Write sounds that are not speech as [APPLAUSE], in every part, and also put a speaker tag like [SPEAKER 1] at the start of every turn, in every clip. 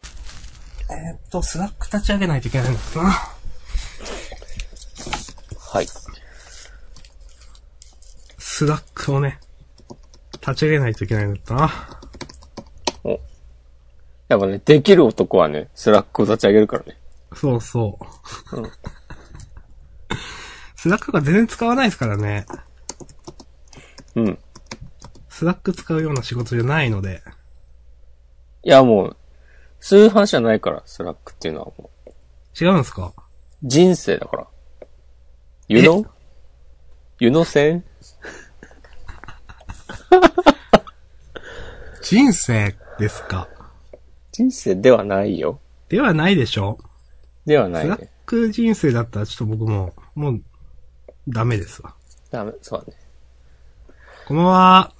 [SPEAKER 1] えーっと、スラック立ち上げないといけないのかな。
[SPEAKER 2] はい。
[SPEAKER 1] スラックをね、立ち上げないといけないんだったな。
[SPEAKER 2] やっぱね、できる男はね、スラックを立ち上げるからね。
[SPEAKER 1] そうそう。
[SPEAKER 2] うん。
[SPEAKER 1] [LAUGHS] スラックが全然使わないですからね。
[SPEAKER 2] うん。
[SPEAKER 1] スラック使うような仕事じゃないので。
[SPEAKER 2] いや、もう、通販じゃないから、スラックっていうのはもう、
[SPEAKER 1] 違うんですか
[SPEAKER 2] 人生だから。You know? You know 線
[SPEAKER 1] 人生ですか
[SPEAKER 2] 人生ではないよ。
[SPEAKER 1] ではないでしょ
[SPEAKER 2] ではない
[SPEAKER 1] スラ
[SPEAKER 2] ね
[SPEAKER 1] ッ。ク人生だったらちょっと僕もう、もう、ダメですわ。
[SPEAKER 2] ダメ、そうだね。
[SPEAKER 1] こんばんは。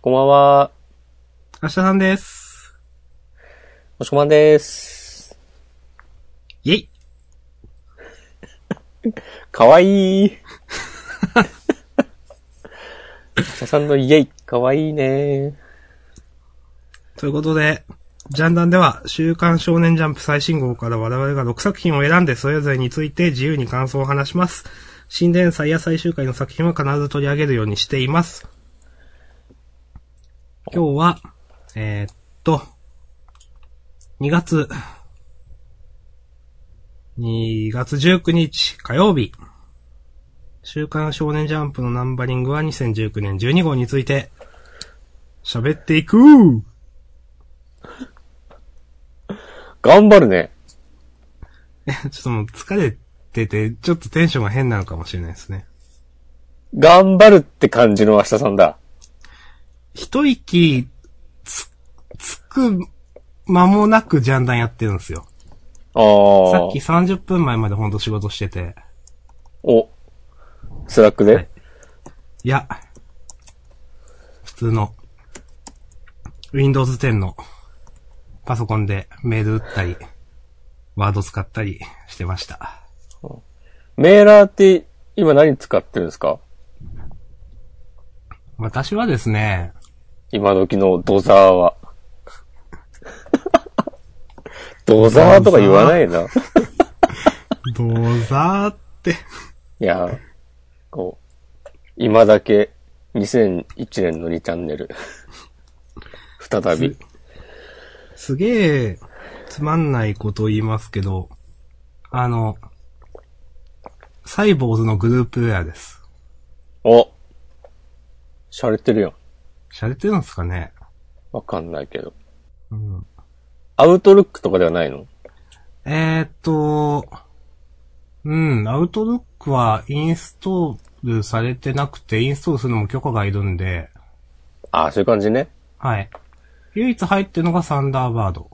[SPEAKER 2] こんばんは、
[SPEAKER 1] 明日さんです。
[SPEAKER 2] もしこまんです。
[SPEAKER 1] イェイ
[SPEAKER 2] かわいい。ささんのイエイ、かわいいね。
[SPEAKER 1] ということで、ジャンダンでは、週刊少年ジャンプ最新号から我々が6作品を選んで、それぞれについて自由に感想を話します。新連載や最終回の作品は必ず取り上げるようにしています。今日は、えーっと、2月、2月19日火曜日、週刊少年ジャンプのナンバリングは2019年12号について、喋っていく
[SPEAKER 2] 頑張るね。
[SPEAKER 1] ちょっともう疲れてて、ちょっとテンションが変なのかもしれないですね。
[SPEAKER 2] 頑張るって感じの明日さんだ。
[SPEAKER 1] 一息つ、つく間もなくジャンダンやってるんですよ。
[SPEAKER 2] ああ。
[SPEAKER 1] さっき30分前までほんと仕事してて。
[SPEAKER 2] お。スラックで、
[SPEAKER 1] はいいや、普通の、Windows 10のパソコンでメール打ったり、ワード使ったりしてました。
[SPEAKER 2] メーラーって今何使ってるんですか
[SPEAKER 1] 私はですね、
[SPEAKER 2] 今時のドザー
[SPEAKER 1] [LAUGHS]
[SPEAKER 2] は。ドザーとか言わないな。い
[SPEAKER 1] どうざーって、
[SPEAKER 2] や、こう、今だけ2001年の2チャンネル。再び。
[SPEAKER 1] すげえ、つまんないこと言いますけど、あの、サイボーズのグループウェアです。
[SPEAKER 2] お洒落てるやん。
[SPEAKER 1] 洒落てるんですかね
[SPEAKER 2] わかんないけど。
[SPEAKER 1] うん。
[SPEAKER 2] アウトルックとかではないの
[SPEAKER 1] えー、っと、うん、アウトルックはインストールされてなくて、インストールするのも許可がいるんで、
[SPEAKER 2] ああ、そういう感じね。
[SPEAKER 1] はい。唯一入ってるのがサンダーバード。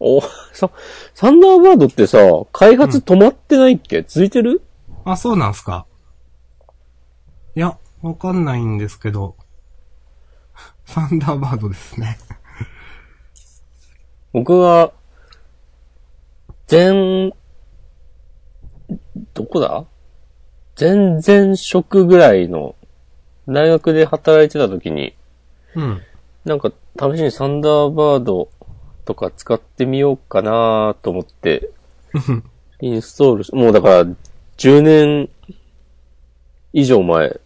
[SPEAKER 2] お、さ、サンダーバードってさ、開発止まってないっけ、続いてる
[SPEAKER 1] あ、そうなんすか。いや、わかんないんですけど、 [LAUGHS] サンダーバードですね。
[SPEAKER 2] 僕は、全、どこだ全然職ぐらいの、大学で働いてた時に、
[SPEAKER 1] うん。
[SPEAKER 2] なんか試しにサンダーバードとか使ってみようかなと思って、インストールし、もうだから10年以上前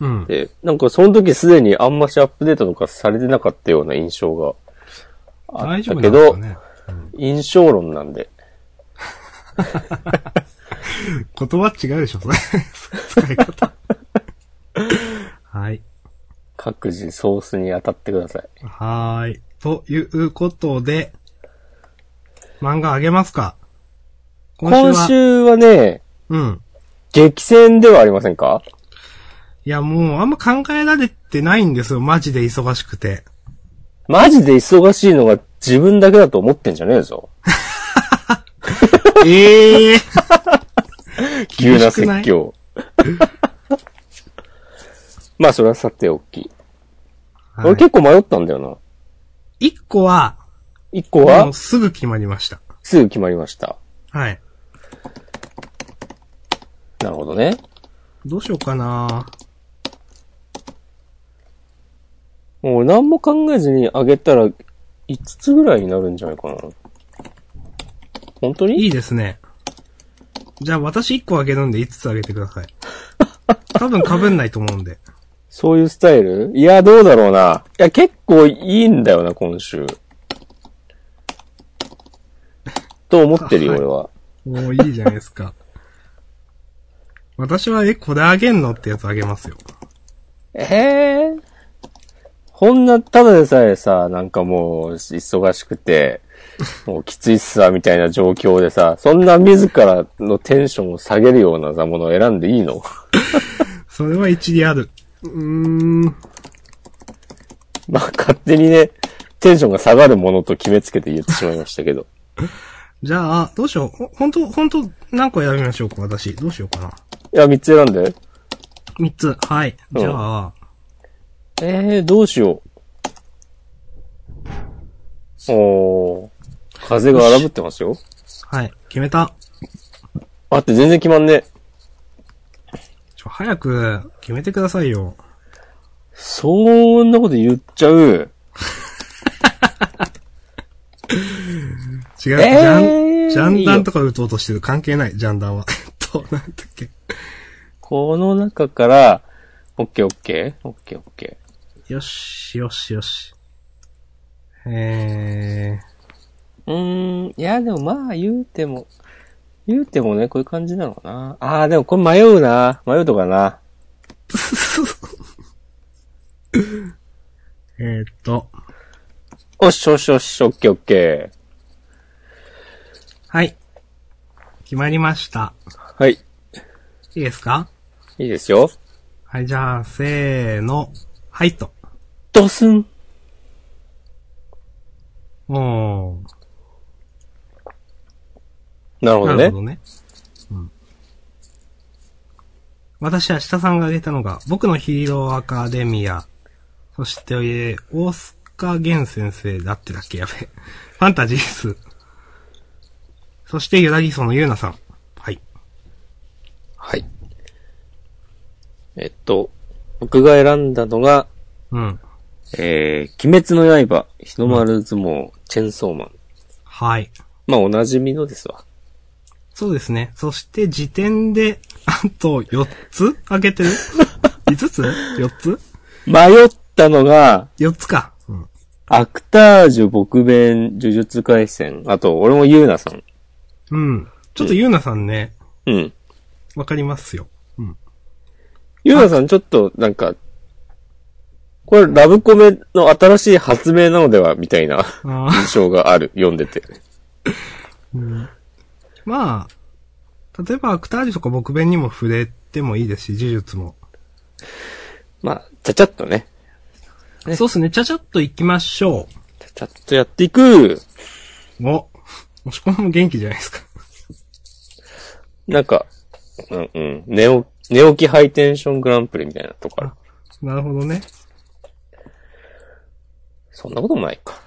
[SPEAKER 1] うん。
[SPEAKER 2] で、なんかその時すでにあんましアップデートとかされてなかったような印象があっ
[SPEAKER 1] 大丈
[SPEAKER 2] た
[SPEAKER 1] 夫
[SPEAKER 2] け
[SPEAKER 1] なんです
[SPEAKER 2] ど、
[SPEAKER 1] かね。うん
[SPEAKER 2] 印象論なんで。
[SPEAKER 1] 言葉違うでしょ、それ。 [LAUGHS] 使い方。はい。
[SPEAKER 2] 各自ソースに当たってください。
[SPEAKER 1] はーい。ということで、漫画あげますか今週
[SPEAKER 2] 今
[SPEAKER 1] は
[SPEAKER 2] 週はね、
[SPEAKER 1] うん。
[SPEAKER 2] 激戦ではありませんか
[SPEAKER 1] いや、もうあんま考えられてないんですよ、マジで忙しくて。
[SPEAKER 2] マジで忙しいのが自分だけだと思ってんじゃねえぞ。
[SPEAKER 1] ええー、
[SPEAKER 2] 急な
[SPEAKER 1] 厳しくない
[SPEAKER 2] 説教。
[SPEAKER 1] [LAUGHS]
[SPEAKER 2] まあ、それはさておき。
[SPEAKER 1] は
[SPEAKER 2] 俺
[SPEAKER 1] い
[SPEAKER 2] 結構迷ったんだよな。
[SPEAKER 1] 一個は、
[SPEAKER 2] 一個
[SPEAKER 1] も
[SPEAKER 2] は
[SPEAKER 1] う、すぐ決まりました。
[SPEAKER 2] すぐ決まりました。
[SPEAKER 1] はい。
[SPEAKER 2] なるほどね。
[SPEAKER 1] どうしようかな
[SPEAKER 2] もう俺何も考えずにあげたら5つぐらいになるんじゃないかな。本当に
[SPEAKER 1] いいですね。じゃあ私1個あげるんで5つあげてください。多分被んないと思うんで。
[SPEAKER 2] そういうスタイルいや、どうだろうな。いや、結構いいんだよな、今週。と思ってるよ、
[SPEAKER 1] はい
[SPEAKER 2] 俺は。
[SPEAKER 1] おーいいじゃないですか。 [LAUGHS] 私は、え、これあげんのってやつあげますよ。
[SPEAKER 2] ええこんな、ただでさえさ、なんかもう、忙しくて、もうきついっすわ、みたいな状況でさ、そんな自らのテンションを下げるようなさ、ものを選んでいいの
[SPEAKER 1] それは一理ある。うーん。
[SPEAKER 2] [LAUGHS] まあ、勝手にね、テンションが下がるものと決めつけて言ってしまいましたけど。
[SPEAKER 1] じゃあ、どうしよう。ほ本当本当何個選びましょうか、私。どうしようかな。
[SPEAKER 2] いや、3つ選んで。
[SPEAKER 1] 3つ。はい。じゃあ、
[SPEAKER 2] ええどうしよう。おー、風が荒ぶってますよ。
[SPEAKER 1] はい。決めた。
[SPEAKER 2] あって全然決まんねえ。
[SPEAKER 1] ちょ、早く、決めてくださいよ。
[SPEAKER 2] そんなこと言っちゃう。
[SPEAKER 1] 違う、
[SPEAKER 2] えー
[SPEAKER 1] ジャン、ジャンダンとか打とうとしてる。関係ない、ジャンダンは。 [LAUGHS] えっと、なんだっけ。
[SPEAKER 2] この中から、オッケーオッケーオッケーオッケー。
[SPEAKER 1] よし、よし、よし。え
[SPEAKER 2] うーん、いや、でもまあ言うても、言うてもね、こういう感じなのかな。ああ、でもこれ迷うな。迷うとかな。
[SPEAKER 1] ー、えー、っと、
[SPEAKER 2] おっしおっしおっし、オッケーオッケー。
[SPEAKER 1] はい。決まりました。
[SPEAKER 2] はい。い
[SPEAKER 1] いいですか
[SPEAKER 2] いですよ。
[SPEAKER 1] はい、じゃあ、せーの。はい、と。
[SPEAKER 2] ドスン。
[SPEAKER 1] おー。
[SPEAKER 2] なるほど
[SPEAKER 1] な
[SPEAKER 2] ね
[SPEAKER 1] るほ。どね。うん私は下さんが挙げたのが、僕のヒーローアカデミア、そして、えー大塚源先生だってだっけやべ [LAUGHS] え。ファンタジース。そして、ゆらぎそのゆうなさん。はい。
[SPEAKER 2] はい。えっと、僕が選んだのが、
[SPEAKER 1] うん。
[SPEAKER 2] えー、鬼滅の刃、日の丸相撲、チェンソーマン。
[SPEAKER 1] はい。
[SPEAKER 2] まあ、おなじみのですわ。
[SPEAKER 1] そうですね。そして、時点で、 [LAUGHS] あと4つ挙げて [LAUGHS] る ?5 つ ?4 つ
[SPEAKER 2] 迷ったのが、
[SPEAKER 1] ?4 つか。うん。
[SPEAKER 2] アクタージュ、僕弁、呪術回戦。あと、俺もユーナさん。
[SPEAKER 1] うん。ちょっとゆうなさんね、
[SPEAKER 2] うん。
[SPEAKER 1] わかりますよ。うん。
[SPEAKER 2] ユーナさん、ちょっと、なんか、これ、ラブコメの新しい発明なのでは、みたいな
[SPEAKER 1] あー
[SPEAKER 2] 印象がある。読んでて。
[SPEAKER 1] [LAUGHS] まあ、例えばアクタージュとか僕弁にも触れてもいいですし、呪術も。
[SPEAKER 2] まあ、ちゃちゃっとね。ね
[SPEAKER 1] そうですね、ちゃちゃっと行きましょ
[SPEAKER 2] ちゃちゃっとやっていく。
[SPEAKER 1] う。お、押し込みも元気じゃないですか。
[SPEAKER 2] なんか、うんうん。寝起き、寝起きハイテンショングランプリみたいなとこある。
[SPEAKER 1] なるほどね。
[SPEAKER 2] そんなこともないか。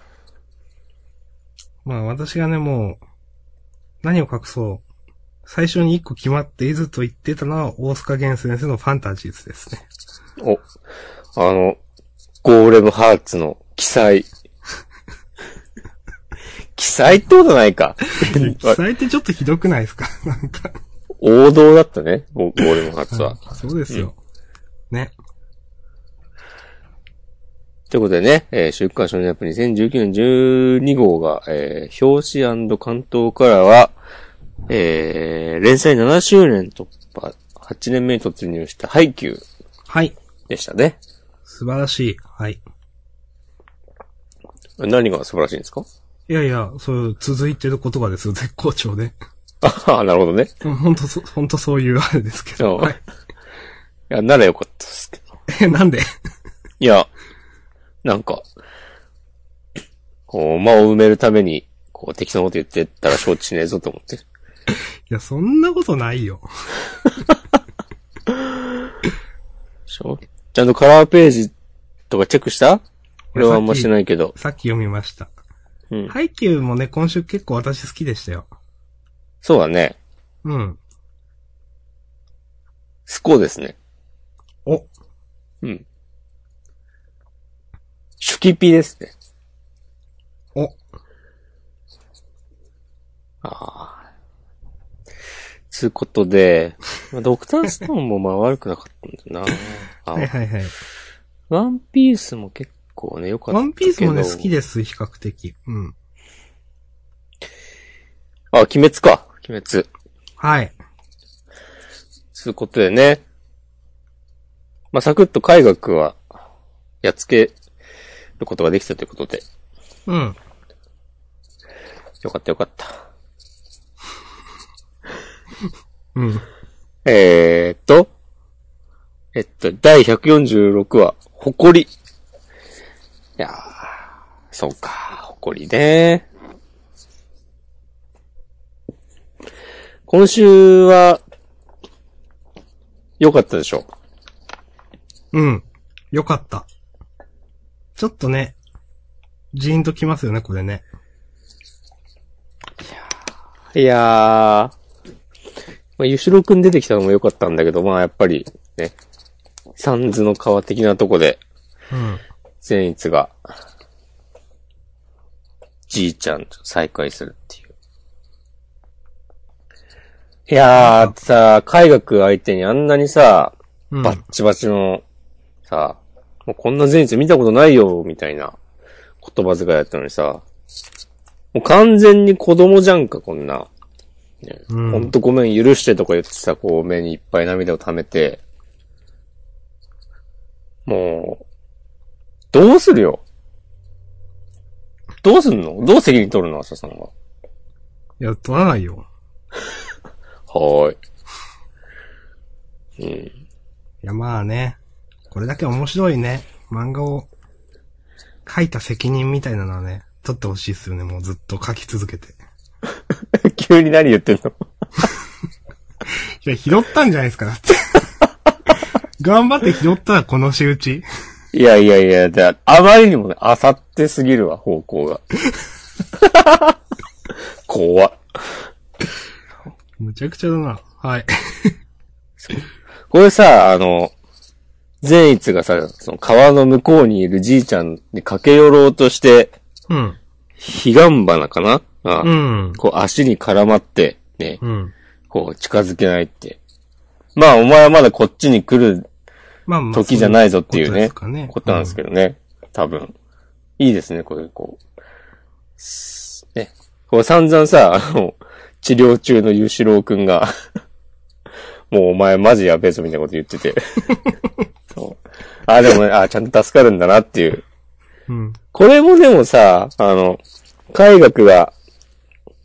[SPEAKER 1] まあ私がね、もう、何を隠そう。最初に一個決まっていずと言ってたのは、大塚源先生のファンタジーズですね。
[SPEAKER 2] お、あの、ゴーレムハーツの記 [LAUGHS] 載。記載ってことないか。
[SPEAKER 1] それってちょっとひどくないですか [LAUGHS] なんか。
[SPEAKER 2] 王道だったね、ゴゴーレムハーツは。
[SPEAKER 1] そうですよ。ね。
[SPEAKER 2] ということでね、えー、週刊少年アップ2019年12号が、えー、表紙関東からは、えー、連載7周年突破、8年目に突入したハイキュー
[SPEAKER 1] はい。
[SPEAKER 2] でしたね。
[SPEAKER 1] 素晴らしい。はい。
[SPEAKER 2] 何が素晴らしいんですか [LAUGHS]
[SPEAKER 1] いやいや、そう、続いてることがですよ、絶好調で。 [LAUGHS]
[SPEAKER 2] ああ、なるほどね。
[SPEAKER 1] うんほんとそ、ほんとそういうあれですけど。
[SPEAKER 2] そう
[SPEAKER 1] はい
[SPEAKER 2] いや、ならよかったですけど。
[SPEAKER 1] え、なんで [LAUGHS]
[SPEAKER 2] いや、なんか、こう、間を埋めるために、こう、適当なこと言ってったら承知しねえぞと思って。
[SPEAKER 1] いや、そんなことないよ。
[SPEAKER 2] しょちゃんとカラーページとかチェックした俺はあんましないけど。
[SPEAKER 1] さっき読みました。
[SPEAKER 2] うん。
[SPEAKER 1] ハイキューもね、今週結構私好きでしたよ。
[SPEAKER 2] そうだね。
[SPEAKER 1] うん。
[SPEAKER 2] スコーですね。
[SPEAKER 1] お、
[SPEAKER 2] うん。シュキピですね。
[SPEAKER 1] お、
[SPEAKER 2] ああ。つうことで、まあドクターストーンもまあ悪くなかったんだよ
[SPEAKER 1] [LAUGHS]
[SPEAKER 2] な。
[SPEAKER 1] はい
[SPEAKER 2] あ
[SPEAKER 1] はいはい。
[SPEAKER 2] ワンピースも結構ね、良かったけど。
[SPEAKER 1] ワンピースもね、好きです、比較的。うん。
[SPEAKER 2] あ、鬼滅か。鬼滅。
[SPEAKER 1] はい。
[SPEAKER 2] つうことでね。まあ、サクッと海学は、やっつけることができたということで。
[SPEAKER 1] うん。
[SPEAKER 2] よかったよかった。
[SPEAKER 1] うん。
[SPEAKER 2] えーっと。えっと、第146話、誇り。いやー、そうか、誇りね。今週は、良かったでしょ
[SPEAKER 1] うん。よかった。ちょっとね、ジーンときますよね、これね。
[SPEAKER 2] いやー、まあ、ゆしろくん出てきたのも良かったんだけど、まあやっぱりね、サンズの川的なとこで、
[SPEAKER 1] うん。
[SPEAKER 2] 善逸が、じいちゃんと再会するっていう。いやー、さ、海学相手にあんなにさ、
[SPEAKER 1] うん。
[SPEAKER 2] バッチバチの、さ、もうこんな善逸見たことないよ、みたいな言葉遣いだったのにさ、もう完全に子供じゃんか、こんな。ね
[SPEAKER 1] うん
[SPEAKER 2] ほんとごめん、許してとか言ってさ、こう目にいっぱい涙を溜めて、もう、どうするよどうすんのどう責任取るの朝さんは。
[SPEAKER 1] いや、取らないよ。
[SPEAKER 2] はーい。うん。
[SPEAKER 1] いや、まあね。これだけ面白いね。漫画を書いた責任みたいなのはね、取ってほしいっすよね。もうずっと書き続けて。 [LAUGHS]
[SPEAKER 2] 急に何言ってんの
[SPEAKER 1] いや、拾ったんじゃないですか、
[SPEAKER 2] [LAUGHS]
[SPEAKER 1] だって。頑張って拾ったらこの仕打ち。
[SPEAKER 2] いやいやいや、だあまりにもね、あさってすぎるわ、方向
[SPEAKER 1] [LAUGHS]
[SPEAKER 2] が。怖っ
[SPEAKER 1] むちゃくちゃだな。はい。
[SPEAKER 2] これさ、あの、善逸がさ、その川の向こうにいるじいちゃんに駆け寄ろうとして、
[SPEAKER 1] うん。
[SPEAKER 2] 彼岸花かなあ、
[SPEAKER 1] うん。
[SPEAKER 2] こう足に絡まって、ね、
[SPEAKER 1] うん。
[SPEAKER 2] こう近づけないって。まあお前はまだこっちに来る
[SPEAKER 1] まあまあ。
[SPEAKER 2] 時じゃないぞっていう
[SPEAKER 1] そうい
[SPEAKER 2] ね
[SPEAKER 1] うことですか、 [LAUGHS] ね
[SPEAKER 2] ことなんですけどね。多分。いいですね、これ、こう。すね。こう散々さ、あの、治療中のゆうしろうくんが、 [LAUGHS] もうお前マジやべえぞみたいなこと言ってて。そうあ、でもね、あ、ちゃんと助かるんだなっていう。
[SPEAKER 1] うん。
[SPEAKER 2] これもでもさ、あの、海学が、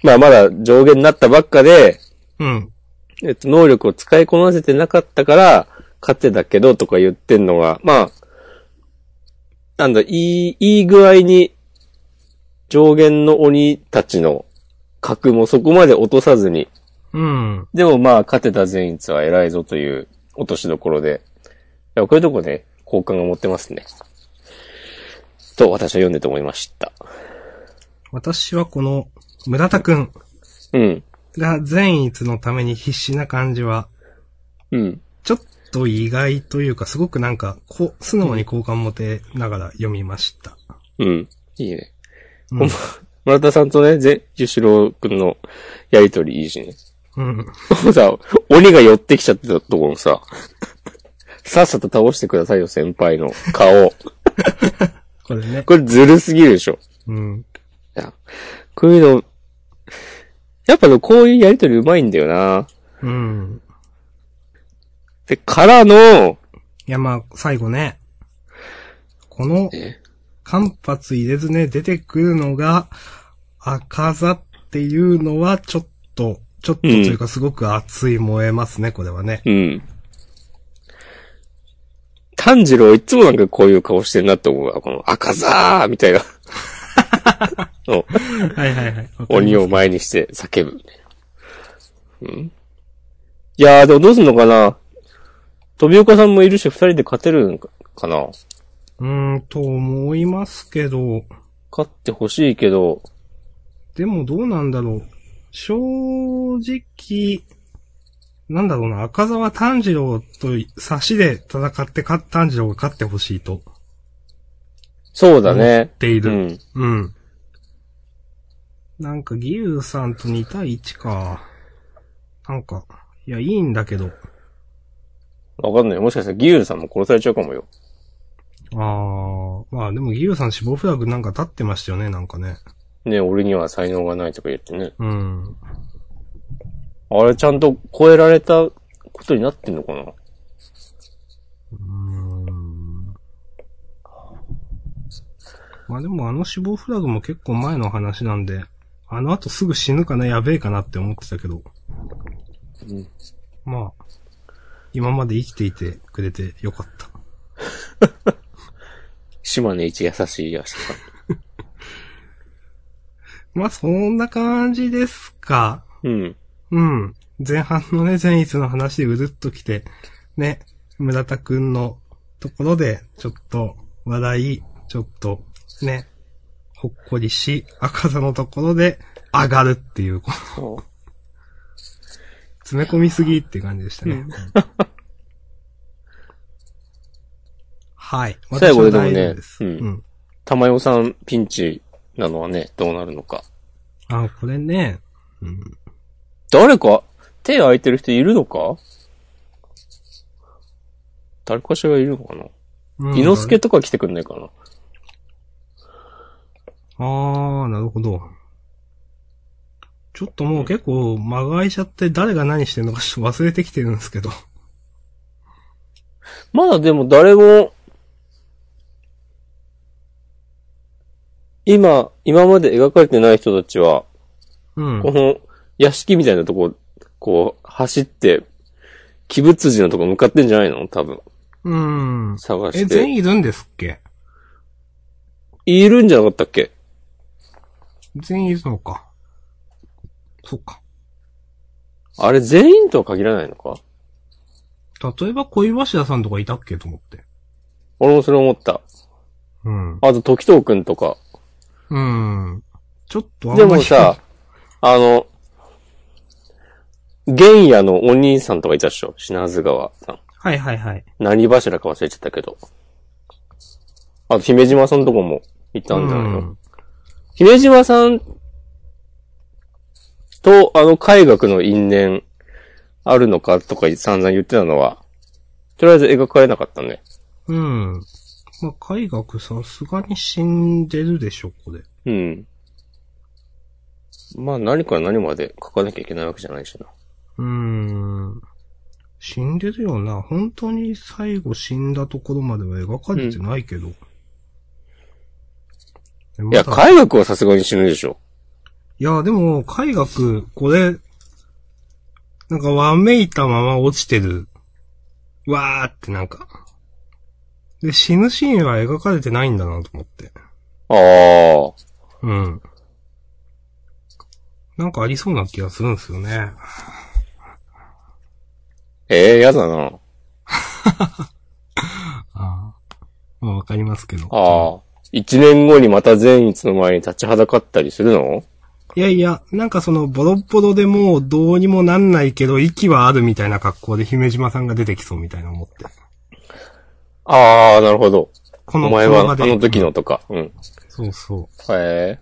[SPEAKER 2] まあまだ上限になったばっかで、
[SPEAKER 1] うん。
[SPEAKER 2] えっと、能力を使いこなせてなかったから、勝てたけどとか言ってんのが、まあ、なんだ、いい、いい具合に、上限の鬼たちの格もそこまで落とさずに、
[SPEAKER 1] うん。
[SPEAKER 2] でもまあ、勝てた善逸は偉いぞという落としどころで、いや、こういうとこね、好感が持ってますね。と、私は読んでて思いました。
[SPEAKER 1] 私はこの、村田くん
[SPEAKER 2] うん。
[SPEAKER 1] が善逸のために必死な感じは、
[SPEAKER 2] うん。
[SPEAKER 1] ちょっと意外というか、すごくなんか、こう、素直に好感持てながら読みました。
[SPEAKER 2] うん。いいね。
[SPEAKER 1] うん。
[SPEAKER 2] 村田さんとね、ぜ、ゆしろうくんのやりとりいいしね。
[SPEAKER 1] うん。
[SPEAKER 2] もう [LAUGHS] さ、鬼が寄ってきちゃってたところさ、さっさと倒してくださいよ、先輩の顔。
[SPEAKER 1] これね。
[SPEAKER 2] これずるすぎるでしょ。
[SPEAKER 1] うん。
[SPEAKER 2] いや、こういうの、やっぱねこういうやりとりうまいんだよな。
[SPEAKER 1] うん。
[SPEAKER 2] で、からの、
[SPEAKER 1] いや、まあ、最後ね。この、
[SPEAKER 2] え
[SPEAKER 1] 間髪入れずね、出てくるのが、赤座っていうのは、ちょっと、ちょっとというか、すごく熱い燃えますね、これはね。
[SPEAKER 2] うん。炭治郎いつもなんかこういう顔してんなって思うわ。この赤座ーみたいな。の
[SPEAKER 1] はいはいはい。
[SPEAKER 2] 鬼を前にして叫ぶ。うん。いやー、でもどうすんのかな富岡さんもいるし、二人で勝てるんかかな
[SPEAKER 1] うーん、と思いますけど、
[SPEAKER 2] 勝ってほしいけど、
[SPEAKER 1] でもどうなんだろう。正直、なんだろうな、赤沢炭治郎と差しで戦って勝っ炭治郎が勝ってほしいと
[SPEAKER 2] そうだね。
[SPEAKER 1] 言っていうる。
[SPEAKER 2] ん。
[SPEAKER 1] うん。なんか義勇さんと2対1か。なんか、いや、いいんだけど。
[SPEAKER 2] わかんない。もしかしたらギユンさんも殺されちゃうかもよ。
[SPEAKER 1] あー、まあでも義勇さん死亡フラグなんか立ってましたよね、なんかね。
[SPEAKER 2] ね、俺には才能がないとか言ってね。
[SPEAKER 1] うん。
[SPEAKER 2] あれちゃんと超えられたことになってんのかな
[SPEAKER 1] うーんまあでもあの死亡フラグも結構前の話なんで、あの後すぐ死ぬかな、やべえかなって思ってたけど。
[SPEAKER 2] うん
[SPEAKER 1] まあ、今まで生きていてくれてよかった。
[SPEAKER 2] 島根一優しい優しさ。
[SPEAKER 1] まあそんな感じですか。
[SPEAKER 2] うん。
[SPEAKER 1] うん。前半のね、前日の話でうるっときて、ね、村田くんのところで、ちょっと話題、ちょっとね、ほっこりし、赤座のところで上がるっていう、この
[SPEAKER 2] そう。
[SPEAKER 1] 詰め込みすぎっていう感じでしたね。はい。
[SPEAKER 2] 最
[SPEAKER 1] 私は
[SPEAKER 2] 後ででもね
[SPEAKER 1] 大丈夫です
[SPEAKER 2] う
[SPEAKER 1] うんん。
[SPEAKER 2] 玉代さんピンチなのはね、どうなるのか。
[SPEAKER 1] あ、これね、うん。
[SPEAKER 2] 誰か、手空いてる人いるのか誰かしらいるのかな
[SPEAKER 1] うん
[SPEAKER 2] 伊之助とか来てくんないかな
[SPEAKER 1] あー、なるほど。ちょっともう結構、間が空いちゃって誰が何してるのかちょっと忘れてきてるんですけど。
[SPEAKER 2] まだでも誰も、今、今まで描かれてない人たちは、
[SPEAKER 1] うん。
[SPEAKER 2] この屋敷みたいなとこ、こう、走って、鬼物寺のとこ向かってんじゃないの多分。
[SPEAKER 1] うん。
[SPEAKER 2] 探
[SPEAKER 1] え、
[SPEAKER 2] し
[SPEAKER 1] 全
[SPEAKER 2] て。
[SPEAKER 1] 員いるんですっけ
[SPEAKER 2] いるんじゃなかったっけ
[SPEAKER 1] 全員いるのか。そうか。
[SPEAKER 2] あれ全員とは限らないのか
[SPEAKER 1] 例えば恋柱さんとかいたっけと思って。
[SPEAKER 2] 俺もそれ思った。
[SPEAKER 1] うん。
[SPEAKER 2] あと、時藤くんとか。
[SPEAKER 1] うん。ちょっとあんま
[SPEAKER 2] で
[SPEAKER 1] り。
[SPEAKER 2] もさ、あの、玄野のお兄さんとかいたっしょ品津川さん。
[SPEAKER 1] はいはいはい。
[SPEAKER 2] 何柱か忘れちゃったけど。あと、姫島さんとこも行ったんじゃないの、
[SPEAKER 1] うん
[SPEAKER 2] 姫島さんと、あの、海学の因縁あるのかとか散々言ってたのは、とりあえず描かれなかったね。
[SPEAKER 1] うん。まあ、海学さすがに死んでるでしょ、これ。
[SPEAKER 2] うん。まあ、何から何まで書かなきゃいけないわけじゃないしな。
[SPEAKER 1] うーん。死んでるよな。本当に最後死んだところまでは描かれてないけど。
[SPEAKER 2] い
[SPEAKER 1] まだ
[SPEAKER 2] や、海学はさすがに死ぬでしょ。
[SPEAKER 1] いや、でも、海学、これ、なんか、わめいたまま落ちてる。わーってなんか。で、死ぬシーンは描かれてないんだなと思って。
[SPEAKER 2] ああ。
[SPEAKER 1] うん。なんかありそうな気がするんですよね。
[SPEAKER 2] ええやだな。
[SPEAKER 1] ああ。まあ、わかりますけど。
[SPEAKER 2] ああ。一年後にまた善逸の前に立ちはだかったりするの
[SPEAKER 1] いやいや、なんかその、ボロッボロでもうどうにもなんないけど、息はあるみたいな格好で姫島さんが出てきそうみたいな思って。
[SPEAKER 2] ああ、なるほど。
[SPEAKER 1] こ
[SPEAKER 2] お
[SPEAKER 1] の
[SPEAKER 2] 前はあ
[SPEAKER 1] こ場で
[SPEAKER 2] の時のとか。うん。
[SPEAKER 1] そうそ
[SPEAKER 2] へえ。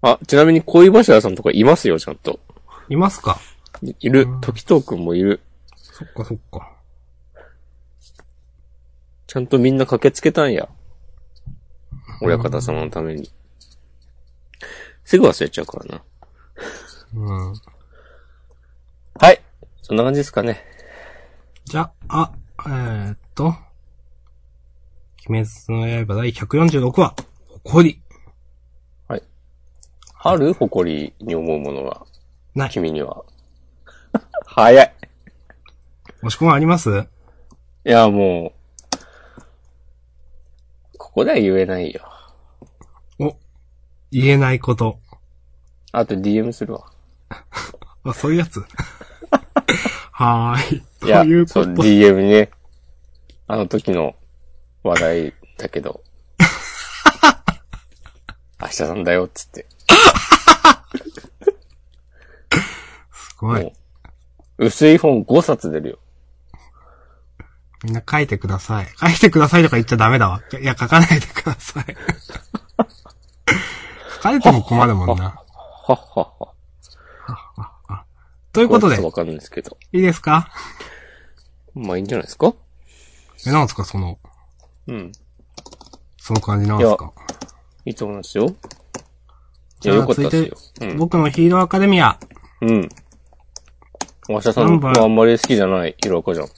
[SPEAKER 2] あ、ちなみに恋柱さんとかいますよ、ちゃんと。
[SPEAKER 1] う。いますか
[SPEAKER 2] いいる
[SPEAKER 1] うん。
[SPEAKER 2] 時藤くんもいる。
[SPEAKER 1] そっかそっか。
[SPEAKER 2] ちゃんとみんな駆けつけたんや。親方様のために。すぐ忘れちゃうからな。
[SPEAKER 1] うん。
[SPEAKER 2] はい。そんな感じですかね。
[SPEAKER 1] じゃあ、えー、っと。鬼滅の刃第146話、誇り。
[SPEAKER 2] ある誇りに思うものは、
[SPEAKER 1] ない。
[SPEAKER 2] 君には。 [LAUGHS] 早い。
[SPEAKER 1] 押し込まあります
[SPEAKER 2] いや、もう、ここでは言えないよ。
[SPEAKER 1] 言えないこと。
[SPEAKER 2] あと DM するわ。
[SPEAKER 1] あ、そういうや
[SPEAKER 2] [LAUGHS]
[SPEAKER 1] つ。はーい。
[SPEAKER 2] いや
[SPEAKER 1] という、
[SPEAKER 2] そう、
[SPEAKER 1] こと。
[SPEAKER 2] DM ね。あの時の話題だけど。 [LAUGHS] 明日なんだよ、っつって。
[SPEAKER 1] すごい
[SPEAKER 2] も。う薄い本5冊出るよ。
[SPEAKER 1] みんな書いてください。書い
[SPEAKER 2] [LAUGHS]
[SPEAKER 1] てくださいとか言っちゃダメだわ。いや、書かないでください。書いても困るもんな。
[SPEAKER 2] はっはっは。
[SPEAKER 1] とい
[SPEAKER 2] と
[SPEAKER 1] うことで
[SPEAKER 2] ちょっ、とわかんないですけど。
[SPEAKER 1] いいですか
[SPEAKER 2] まあいいんじゃないですか
[SPEAKER 1] え、なんですかその、
[SPEAKER 2] うん。
[SPEAKER 1] その感じなんですか
[SPEAKER 2] いいと思いますよ。い
[SPEAKER 1] じゃ
[SPEAKER 2] や、
[SPEAKER 1] あ
[SPEAKER 2] よかったですよ。うん。
[SPEAKER 1] 僕のヒーローアカデミア。
[SPEAKER 2] うん。わしゃさ
[SPEAKER 1] ナ
[SPEAKER 2] ん
[SPEAKER 1] ンバー
[SPEAKER 2] はあんまり好きじゃないヒロアカじゃん。
[SPEAKER 1] 好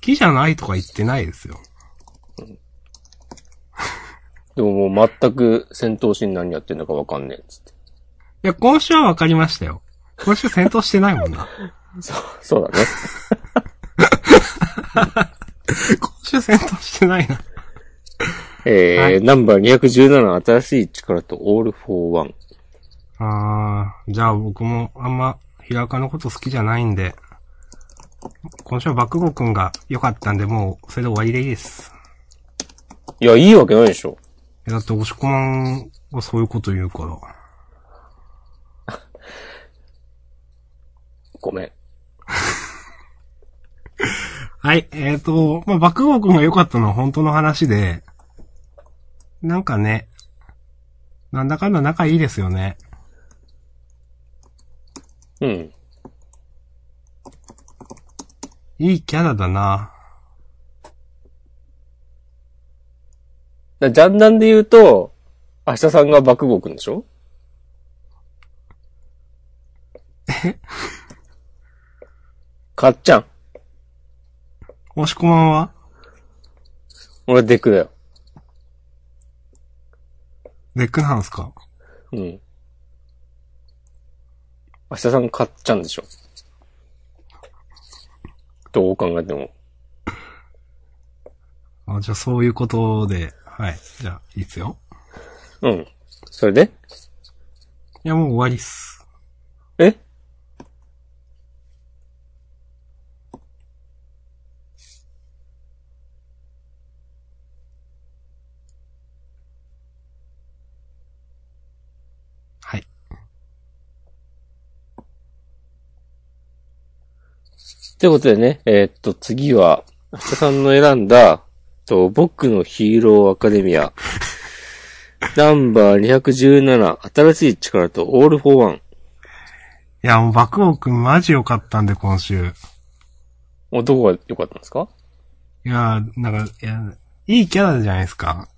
[SPEAKER 1] きじゃないとか言ってないですよ。
[SPEAKER 2] でももう全く戦闘シーン何やってんだかわかんねえっつって。
[SPEAKER 1] いや、今週はわかりましたよ。今週戦闘してないもん
[SPEAKER 2] [LAUGHS]
[SPEAKER 1] な。
[SPEAKER 2] そう、そうだね。
[SPEAKER 1] 今週戦闘してないな。
[SPEAKER 2] えー
[SPEAKER 1] はい
[SPEAKER 2] ナンバー217新しい力とオールフォーワン。
[SPEAKER 1] あー、じゃあ僕もあんま、平岡のこと好きじゃないんで、今週はバクゴくんが良かったんで、もう、それで終わりでいいです。
[SPEAKER 2] いや、いいわけないでしょ。
[SPEAKER 1] えだって、押し込まんがそういうこと言うから。
[SPEAKER 2] ごめん。
[SPEAKER 1] はい、えっ、ー、と、まあ、バクゴくんが良かったのは本当の話で、なんかね、なんだかんだ仲いいですよね。
[SPEAKER 2] うん。
[SPEAKER 1] いいキャラだな。
[SPEAKER 2] だジャンダンで言うと、明日さんが爆豪くんでしょ
[SPEAKER 1] [LAUGHS]
[SPEAKER 2] かっちゃん。
[SPEAKER 1] 押し込まんは
[SPEAKER 2] 俺デクだよ。
[SPEAKER 1] レックなんすか
[SPEAKER 2] うん。明日さんかっちゃんでしょどう考えても。
[SPEAKER 1] あ、じゃあそういうことで、はい。じゃあ、いいっすよ。
[SPEAKER 2] うん。それで
[SPEAKER 1] いや、もう終わりっす。
[SPEAKER 2] え
[SPEAKER 1] はい。
[SPEAKER 2] ということでね、えーっと、次は、明日さんの選んだ、と、僕のヒーローアカデミア。ナンバー217、新しい力とオールフォーワン。
[SPEAKER 1] いや、もう、爆王くんマジ良かったんで、今週。
[SPEAKER 2] もうどこが良かったんですか
[SPEAKER 1] いやー、なんか、いや、いいキャラじゃないですか。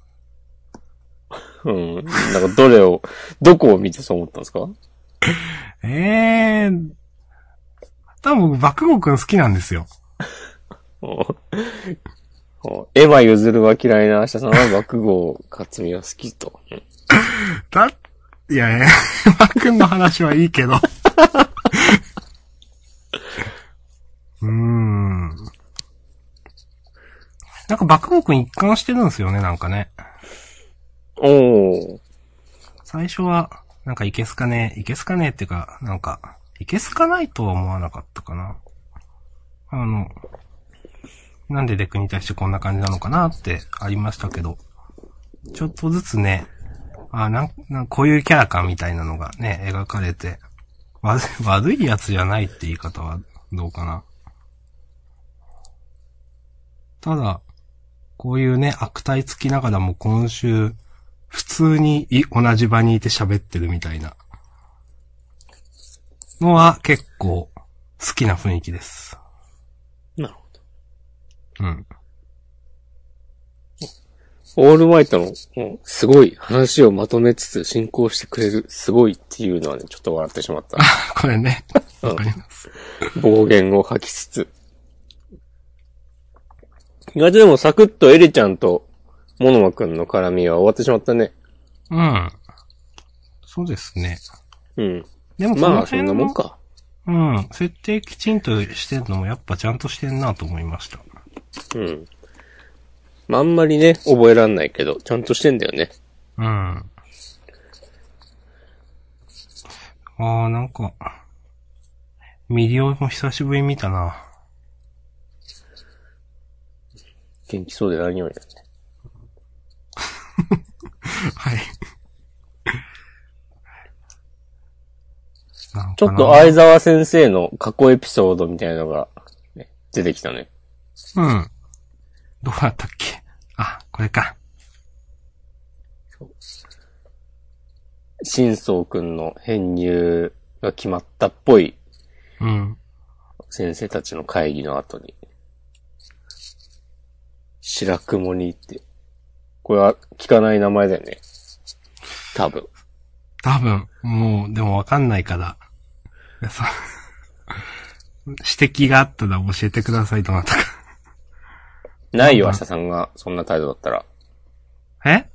[SPEAKER 2] うん。なんかどれを、 [LAUGHS] どこを見てそう思ったんですか
[SPEAKER 1] ええー、多分僕、爆豪くん好きなんですよ。
[SPEAKER 2] おエヴァ譲るは嫌いな明日さんは爆豪勝美は好きと。うん
[SPEAKER 1] だ、いや、えー、 [LAUGHS] 爆くんの話はいいけど。 [LAUGHS] うーん。なんか、爆豪くん一貫してるんですよね、なんかね。
[SPEAKER 2] おー。
[SPEAKER 1] 最初は、なんかいけすかねえ、いけすかねえっていうか、なんか、いけすかないとは思わなかったかな。あの、なんでデクに対してこんな感じなのかなってありましたけど、ちょっとずつね、あなん、なんこういうキャラかみたいなのがね、描かれて、悪い、 [LAUGHS] 悪いやつじゃないって言い方はどうかな。ただ、こういうね、悪態つきながらも今週、普通にい同じ場にいて喋ってるみたいなのは結構好きな雰囲気です。
[SPEAKER 2] なるほど。
[SPEAKER 1] うん。 [LAUGHS]
[SPEAKER 2] オールマイトの、うんすごい話をまとめつつ進行してくれる、すごいっていうのはね、ちょっと笑ってしま [LAUGHS] った。
[SPEAKER 1] これね。
[SPEAKER 2] うん
[SPEAKER 1] わかります。
[SPEAKER 2] 暴言を吐きつつ。意外とでもサクッとエリちゃんとモノマくんの絡みは終わってしまったね。
[SPEAKER 1] うん。そうですね。
[SPEAKER 2] うん。
[SPEAKER 1] でもこ
[SPEAKER 2] ま
[SPEAKER 1] の
[SPEAKER 2] あ、そ
[SPEAKER 1] 辺
[SPEAKER 2] んな
[SPEAKER 1] の、
[SPEAKER 2] もんか。
[SPEAKER 1] うん、設定きちんとしてるのもやっぱちゃんとしてんなと思いました。
[SPEAKER 2] うん。まあ、あんまりね、覚えらんないけど、ちゃんとしてんだよね。
[SPEAKER 1] うん。ああ、なんか、ミリオも久しぶりに見たな。
[SPEAKER 2] 元気そうで何よりだね。
[SPEAKER 1] はい。なん
[SPEAKER 2] ち
[SPEAKER 1] か
[SPEAKER 2] ょ
[SPEAKER 1] な
[SPEAKER 2] っと相沢先生の過去エピソードみたいなのが、ね、出てきたね。
[SPEAKER 1] うん。どうだったっけあ、これか。
[SPEAKER 2] 新宗くんの編入が決まったっぽい
[SPEAKER 1] うん。
[SPEAKER 2] 先生たちの会議の後に、白雲に行って、これは聞かない名前だよね。多分。
[SPEAKER 1] 多分、もう、でもわかんないから。いやそう [LAUGHS] 指摘があったら教えてください、どなたか。
[SPEAKER 2] ないよ、明日さんがそんな態度だったら。
[SPEAKER 1] え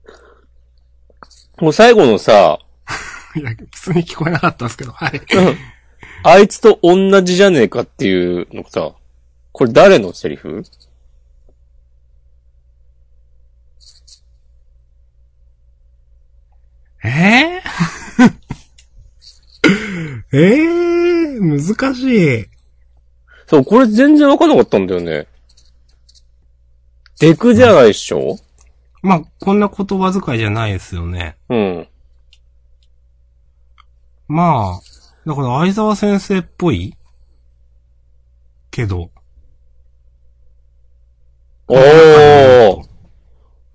[SPEAKER 1] [LAUGHS]
[SPEAKER 2] もう最後のさ、
[SPEAKER 1] いや、普通に聞こえなかったんですけど、はい。
[SPEAKER 2] [LAUGHS] あいつと同じじゃねえかっていうのさ、これ誰のセリフ
[SPEAKER 1] え [LAUGHS] ー、えー、難しい。
[SPEAKER 2] そう、これ全然わかんなかったんだよね。デクじゃないっしょ
[SPEAKER 1] まあ、こんな言葉遣いじゃないですよね。
[SPEAKER 2] うん。
[SPEAKER 1] まあ、だから、相沢先生っぽいけど。
[SPEAKER 2] おー。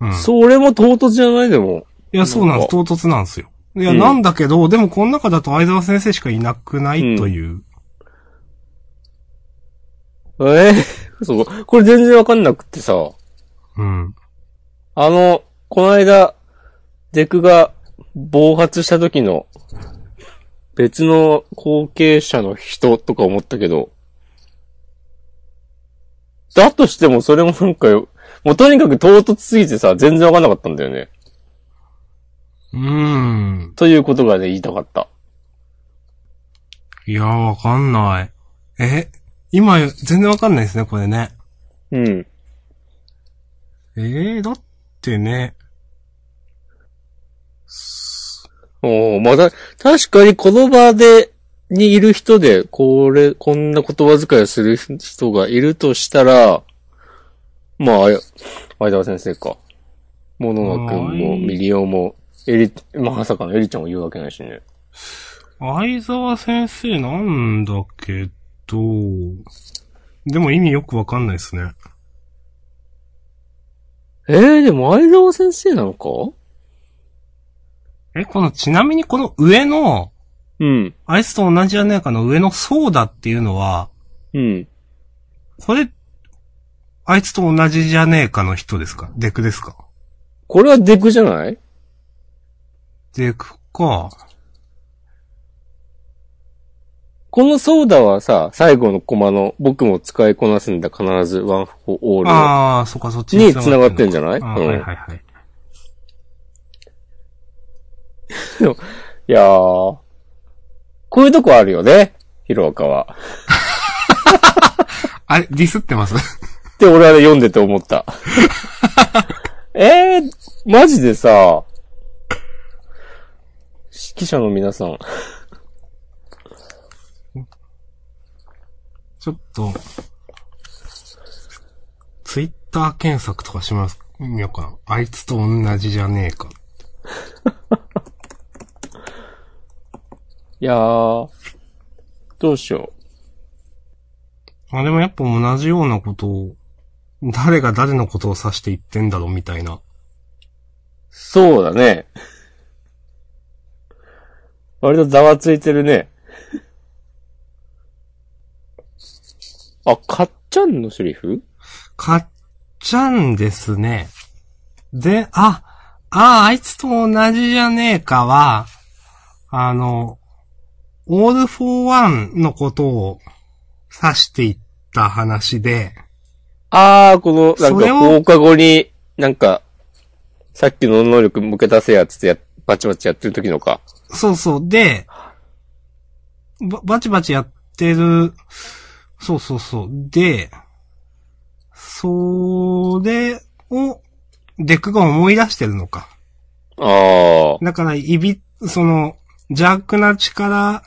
[SPEAKER 1] うん。
[SPEAKER 2] それも唐突じゃないでも。
[SPEAKER 1] いや、そうなんです。唐突なんですよ。いや、
[SPEAKER 2] うん
[SPEAKER 1] なんだけど、でもこの中だと相沢先生しかいなくな
[SPEAKER 2] う
[SPEAKER 1] い
[SPEAKER 2] ん
[SPEAKER 1] という。
[SPEAKER 2] えー、そう、これ全然わかんなくってさ、
[SPEAKER 1] うん。
[SPEAKER 2] あの、この間、デクが暴発した時の、別の後継者の人とか思ったけど、だとしてもそれもなんかよ、もうとにかく唐突すぎてさ、全然わかんなかったんだよね。
[SPEAKER 1] うーん。
[SPEAKER 2] ということがね、言いたかった。
[SPEAKER 1] いやー、わかんない。え、今、全然わかんないですね、これね。
[SPEAKER 2] うん。
[SPEAKER 1] えー、だってね。す
[SPEAKER 2] おーまあだ、確かにこの場で、にいる人で、これ、こんな言葉遣いをする人がいるとしたら、まあ、あや相沢先生か。モノマくん
[SPEAKER 1] は
[SPEAKER 2] も、
[SPEAKER 1] い
[SPEAKER 2] ミリオも、エリ、まあまさかのエリちゃんも言うわけないしね。
[SPEAKER 1] 相沢先生なんだけど、でも意味よくわかんないですね。
[SPEAKER 2] えー、でも相沢先生なのか
[SPEAKER 1] え、この、ちなみにこの上の、
[SPEAKER 2] うん。
[SPEAKER 1] アイスと同じじゃねえかの上のソーダっていうのは、
[SPEAKER 2] うん。
[SPEAKER 1] これ、あいつと同じじゃねえかの人ですかデクですか
[SPEAKER 2] これはデクじゃない
[SPEAKER 1] デクか。
[SPEAKER 2] このソーダはさ、最後のコマの、僕も使いこなすんだ必ず、ワンフォーオールの
[SPEAKER 1] ああ、そっか、そっち
[SPEAKER 2] に繋がってんじゃない
[SPEAKER 1] ゃ
[SPEAKER 2] うん
[SPEAKER 1] はいはいはい。
[SPEAKER 2] いやー、こういうとこあるよね、ヒロアカは。
[SPEAKER 1] あれ、ディスってます [LAUGHS]
[SPEAKER 2] って俺はね読んでて思った。 [LAUGHS] えー、マジでさ、指揮者の皆さん。
[SPEAKER 1] ちょっと、ツイッター検索とかします。見ようかな。あいつと同じじゃねえか。
[SPEAKER 2] いやー、どうしよ
[SPEAKER 1] あ、でもやっぱ同じようなことを、誰が誰のことを指して言ってんだろうみたいな。
[SPEAKER 2] う。そうだね。割とざわついてるね。あ、かっちゃんのセリフ
[SPEAKER 1] かっちゃんですね。で、あ、あ、あいつと同じじゃねえかは、あの、オールフォーワンのことを指していった話で、
[SPEAKER 2] あー、この、なん
[SPEAKER 1] それ
[SPEAKER 2] か
[SPEAKER 1] を
[SPEAKER 2] 放課後に、なんか、さっきの能力向け出せやつってや、バチバチやってる時のか。
[SPEAKER 1] そうそう、で、ば、バチバチやってる、そうそうそう、で、それを、デクが思い出してるのか。
[SPEAKER 2] ああ、
[SPEAKER 1] だから、いび、その、邪悪な力、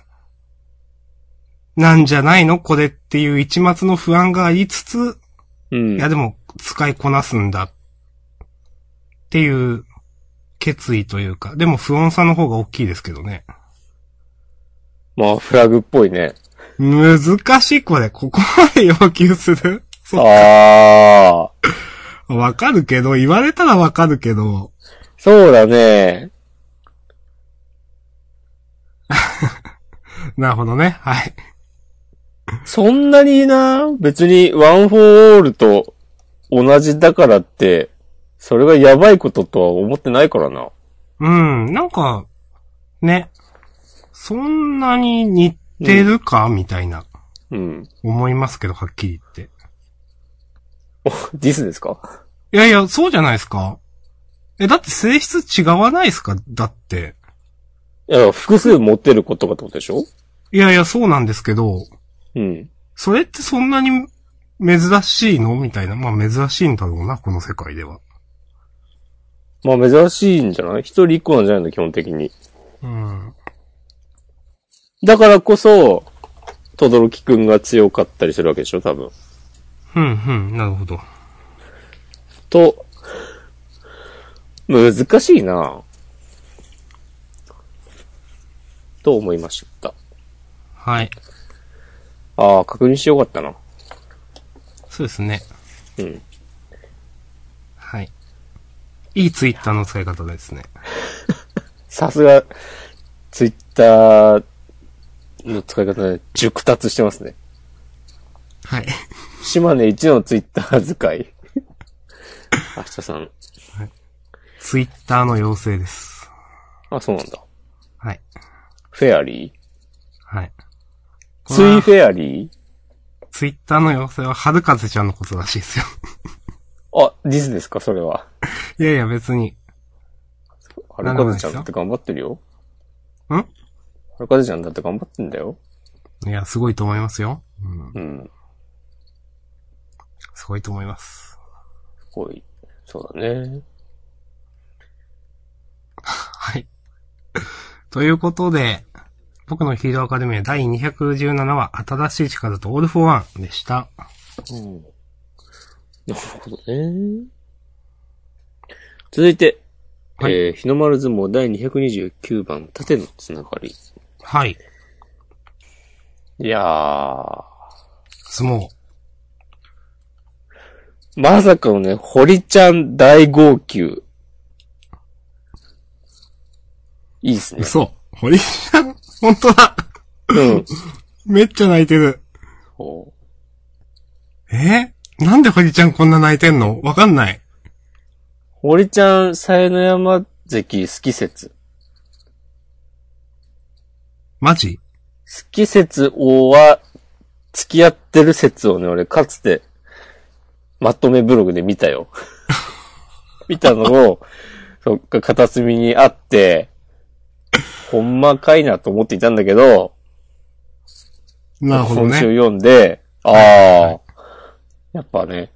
[SPEAKER 1] なんじゃないのこれっていう一末の不安がありつつ、
[SPEAKER 2] うん
[SPEAKER 1] いや。でも、使いこなすんだ。っていう、決意というか。でも、不穏さの方が大きいですけどね。
[SPEAKER 2] まあ、フラグっぽいね。
[SPEAKER 1] 難しい、これ。ここまで要求するそ
[SPEAKER 2] ああ、
[SPEAKER 1] う。わかるけど、言われたらわかるけど、
[SPEAKER 2] そうだね。
[SPEAKER 1] なるほどね。はい。
[SPEAKER 2] そんなにな、別にワン・フォー・オールと同じだからって、それがやばいこととは思ってないからな。
[SPEAKER 1] うん、なんか、ね、そんなに似てるか、みたいな、
[SPEAKER 2] うん。
[SPEAKER 1] 思いますけど、はっきり言って。
[SPEAKER 2] ディスですか
[SPEAKER 1] いやいや、そうじゃないですか。え、だって性質違わないですかだって。
[SPEAKER 2] いや、複数持ってることがってことでしょ
[SPEAKER 1] いやいや、そうなんですけど、
[SPEAKER 2] うん。
[SPEAKER 1] それってそんなに珍しいのみたいな。まあ珍しいんだろうな、この世界では。
[SPEAKER 2] まあ珍しいんじゃない一人一個なんじゃないの基本的に。
[SPEAKER 1] うん。
[SPEAKER 2] だからこそ、とどろきくんが強かったりするわけでしょ多分。
[SPEAKER 1] うん、うん、なるほど。
[SPEAKER 2] と、難しいなと思いました。
[SPEAKER 1] はい。
[SPEAKER 2] ああ、確認してよかったな。
[SPEAKER 1] そうですね。
[SPEAKER 2] うん。
[SPEAKER 1] はい。いいツイッターの使い方ですね。
[SPEAKER 2] さすが、ツイッターの使い方で熟達してますね。
[SPEAKER 1] はい。
[SPEAKER 2] 島根一のツイッター使い。 [LAUGHS] 明日さん。
[SPEAKER 1] ツイッターの要請です。
[SPEAKER 2] あ、そうなんだ。
[SPEAKER 1] はい。
[SPEAKER 2] フェアリ
[SPEAKER 1] はい。
[SPEAKER 2] ーツイフェアリ
[SPEAKER 1] ツイッターの要請は、はるかぜちゃんのことらしいですよ。 [LAUGHS]
[SPEAKER 2] ーあ、ディスですかそれは。
[SPEAKER 1] いやいや、別に。
[SPEAKER 2] はるかずちゃんだって頑張ってるよ。
[SPEAKER 1] ん
[SPEAKER 2] はるかずちゃんだって頑張ってんだよ。
[SPEAKER 1] いや、すごいと思いますよ。うん。
[SPEAKER 2] うん。
[SPEAKER 1] すごいと思います。
[SPEAKER 2] すごい。そうだね。
[SPEAKER 1] はい。 [LAUGHS] ということで、僕のヒーローアカデミー第217話、新しい力とオールフォーワンでした。
[SPEAKER 2] うん。なるほどね。続いて、
[SPEAKER 1] はい
[SPEAKER 2] えー日の丸相撲第229番、縦のつながり。
[SPEAKER 1] はい。
[SPEAKER 2] いやー、
[SPEAKER 1] 相撲。
[SPEAKER 2] まさかのね、堀ちゃん大号泣。いいっすね。
[SPEAKER 1] 嘘。堀ちゃん、本当だ。 [LAUGHS]
[SPEAKER 2] うん。
[SPEAKER 1] めっちゃ泣いてる。
[SPEAKER 2] お
[SPEAKER 1] えなんで堀ちゃんこんな泣いてんのわかんない。
[SPEAKER 2] 堀ちゃん、冴の山関好き説。
[SPEAKER 1] マジ
[SPEAKER 2] 好き説王は、付き合ってる説をね、俺、かつて、まとめブログで見
[SPEAKER 1] [LAUGHS]
[SPEAKER 2] たよ。見たのを、そっか、片隅にあって、ほんまかいなと思っていたんだけど、
[SPEAKER 1] なるほど
[SPEAKER 2] 今週
[SPEAKER 1] ね。
[SPEAKER 2] 読んで、ああ、
[SPEAKER 1] はいはい
[SPEAKER 2] やっぱね、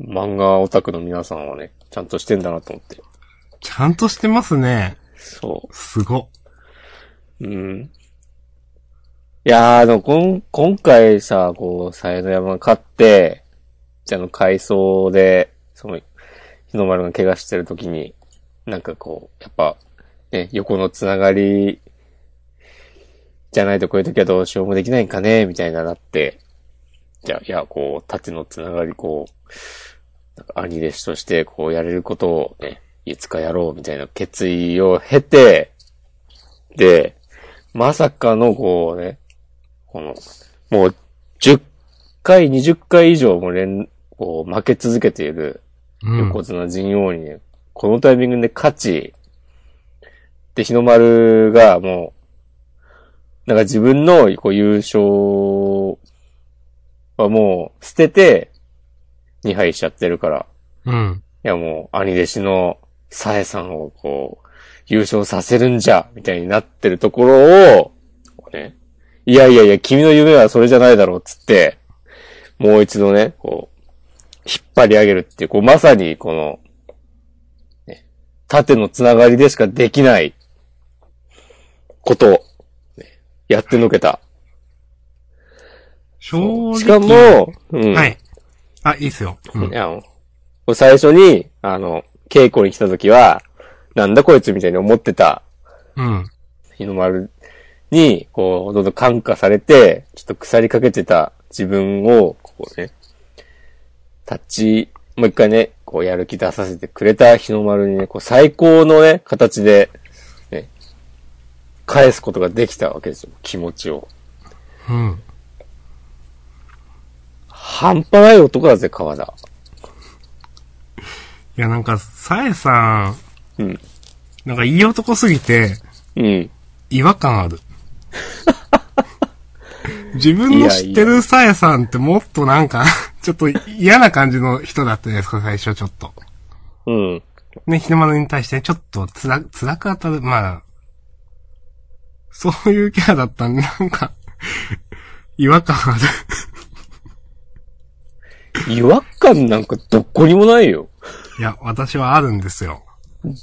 [SPEAKER 2] 漫画オタクの皆さんはね、ちゃんとしてんだなと思って。
[SPEAKER 1] ちゃんとしてますね。
[SPEAKER 2] そう。
[SPEAKER 1] すご。
[SPEAKER 2] うん。いやー、でもこん、今回さ、こう、鞘の山勝って、じゃあの、回想で、その、日の丸が怪我してる時に、なんかこう、やっぱ、ね、横のつながり、じゃないとこういう時はどうしようもできないんかね、みたいななって、じゃあ、いや、こう、縦のつながり、こう、なんか兄弟子として、こう、やれることをね、いつかやろう、みたいな決意を経て、で、まさかのこうね、この、もう10回、20回以上も連、こう負け続けている
[SPEAKER 1] うん
[SPEAKER 2] 横。綱陣王に、このタイミングで勝ち、で、日の丸がもう、なんか自分のこう優勝はもう捨てて、2敗しちゃってるから、
[SPEAKER 1] うん。
[SPEAKER 2] いやもう、兄弟子のサエさんをこう、優勝させるんじゃ、みたいになってるところを、こうね、いやいやいや、君の夢はそれじゃないだろう、つって、もう一度ね、こう、引っ張り上げるっていう、こう、まさに、この、ね、縦のつながりでしかできない、ことを、ねやってのけた。
[SPEAKER 1] 正直。
[SPEAKER 2] しか、も、うん。
[SPEAKER 1] はい。あ、いいっすよ。うん
[SPEAKER 2] いや、俺最初に、あの、稽古に来た時は、なんだこいつみたいに思ってた
[SPEAKER 1] うん。
[SPEAKER 2] 日の丸に、こう、どんどん感化されて、ちょっと腐りかけてた自分を、こうね、立ち、もう一回ね、ここうやる気出させてくれた日の丸にね、こう最高のね、形で、ね、返すことができたわけですよ。気持ちを。
[SPEAKER 1] うん。
[SPEAKER 2] 半端ない男だぜ、川田。
[SPEAKER 1] いや、なんか、さえさん、
[SPEAKER 2] うん。
[SPEAKER 1] なんかいい男すぎて、
[SPEAKER 2] うん。
[SPEAKER 1] 違和感あ
[SPEAKER 2] [LAUGHS]
[SPEAKER 1] る。自分の知ってるさえさんってもっとなんか、 [LAUGHS] ちょっと嫌な感じの人だったじゃないですか、最初ちょっと。
[SPEAKER 2] うん。
[SPEAKER 1] ね、日の丸に対してちょっとつら、辛く当たる、まあ、そういうキャラだったんで、なんか、 [LAUGHS] 違和感ある。
[SPEAKER 2] 違和感なんかどこにもないよ。
[SPEAKER 1] いや、私はあるんですよ。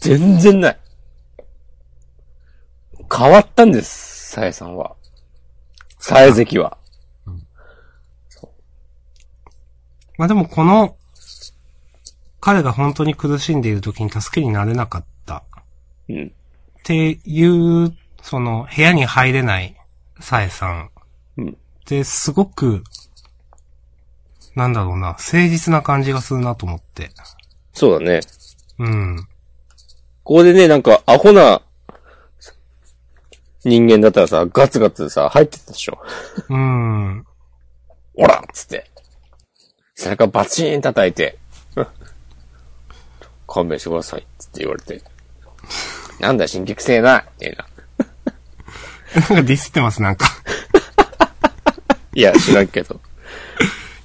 [SPEAKER 2] 全然ない。変わったんです、さえさんは。さえ関は。
[SPEAKER 1] まあでもこの、彼が本当に苦しんでいる時に助けになれなかった。
[SPEAKER 2] うん。
[SPEAKER 1] っていう、その、部屋に入れない、さえさん。
[SPEAKER 2] うん。
[SPEAKER 1] で、すごく、なんだろうな、誠実な感じがするなと思って。
[SPEAKER 2] そうだね。
[SPEAKER 1] うん。
[SPEAKER 2] ここでね、なんか、アホな、人間だったらさ、ガツガツさ、入ってったでしょ。 [LAUGHS]
[SPEAKER 1] うん。
[SPEAKER 2] おらっつって。背中バチーン叩いて、 [LAUGHS] うん勘弁してください、つって言われて。なんだ、新規くせえな、みたいな。
[SPEAKER 1] なんかディスってます、なんか。
[SPEAKER 2] いや、知らんけど。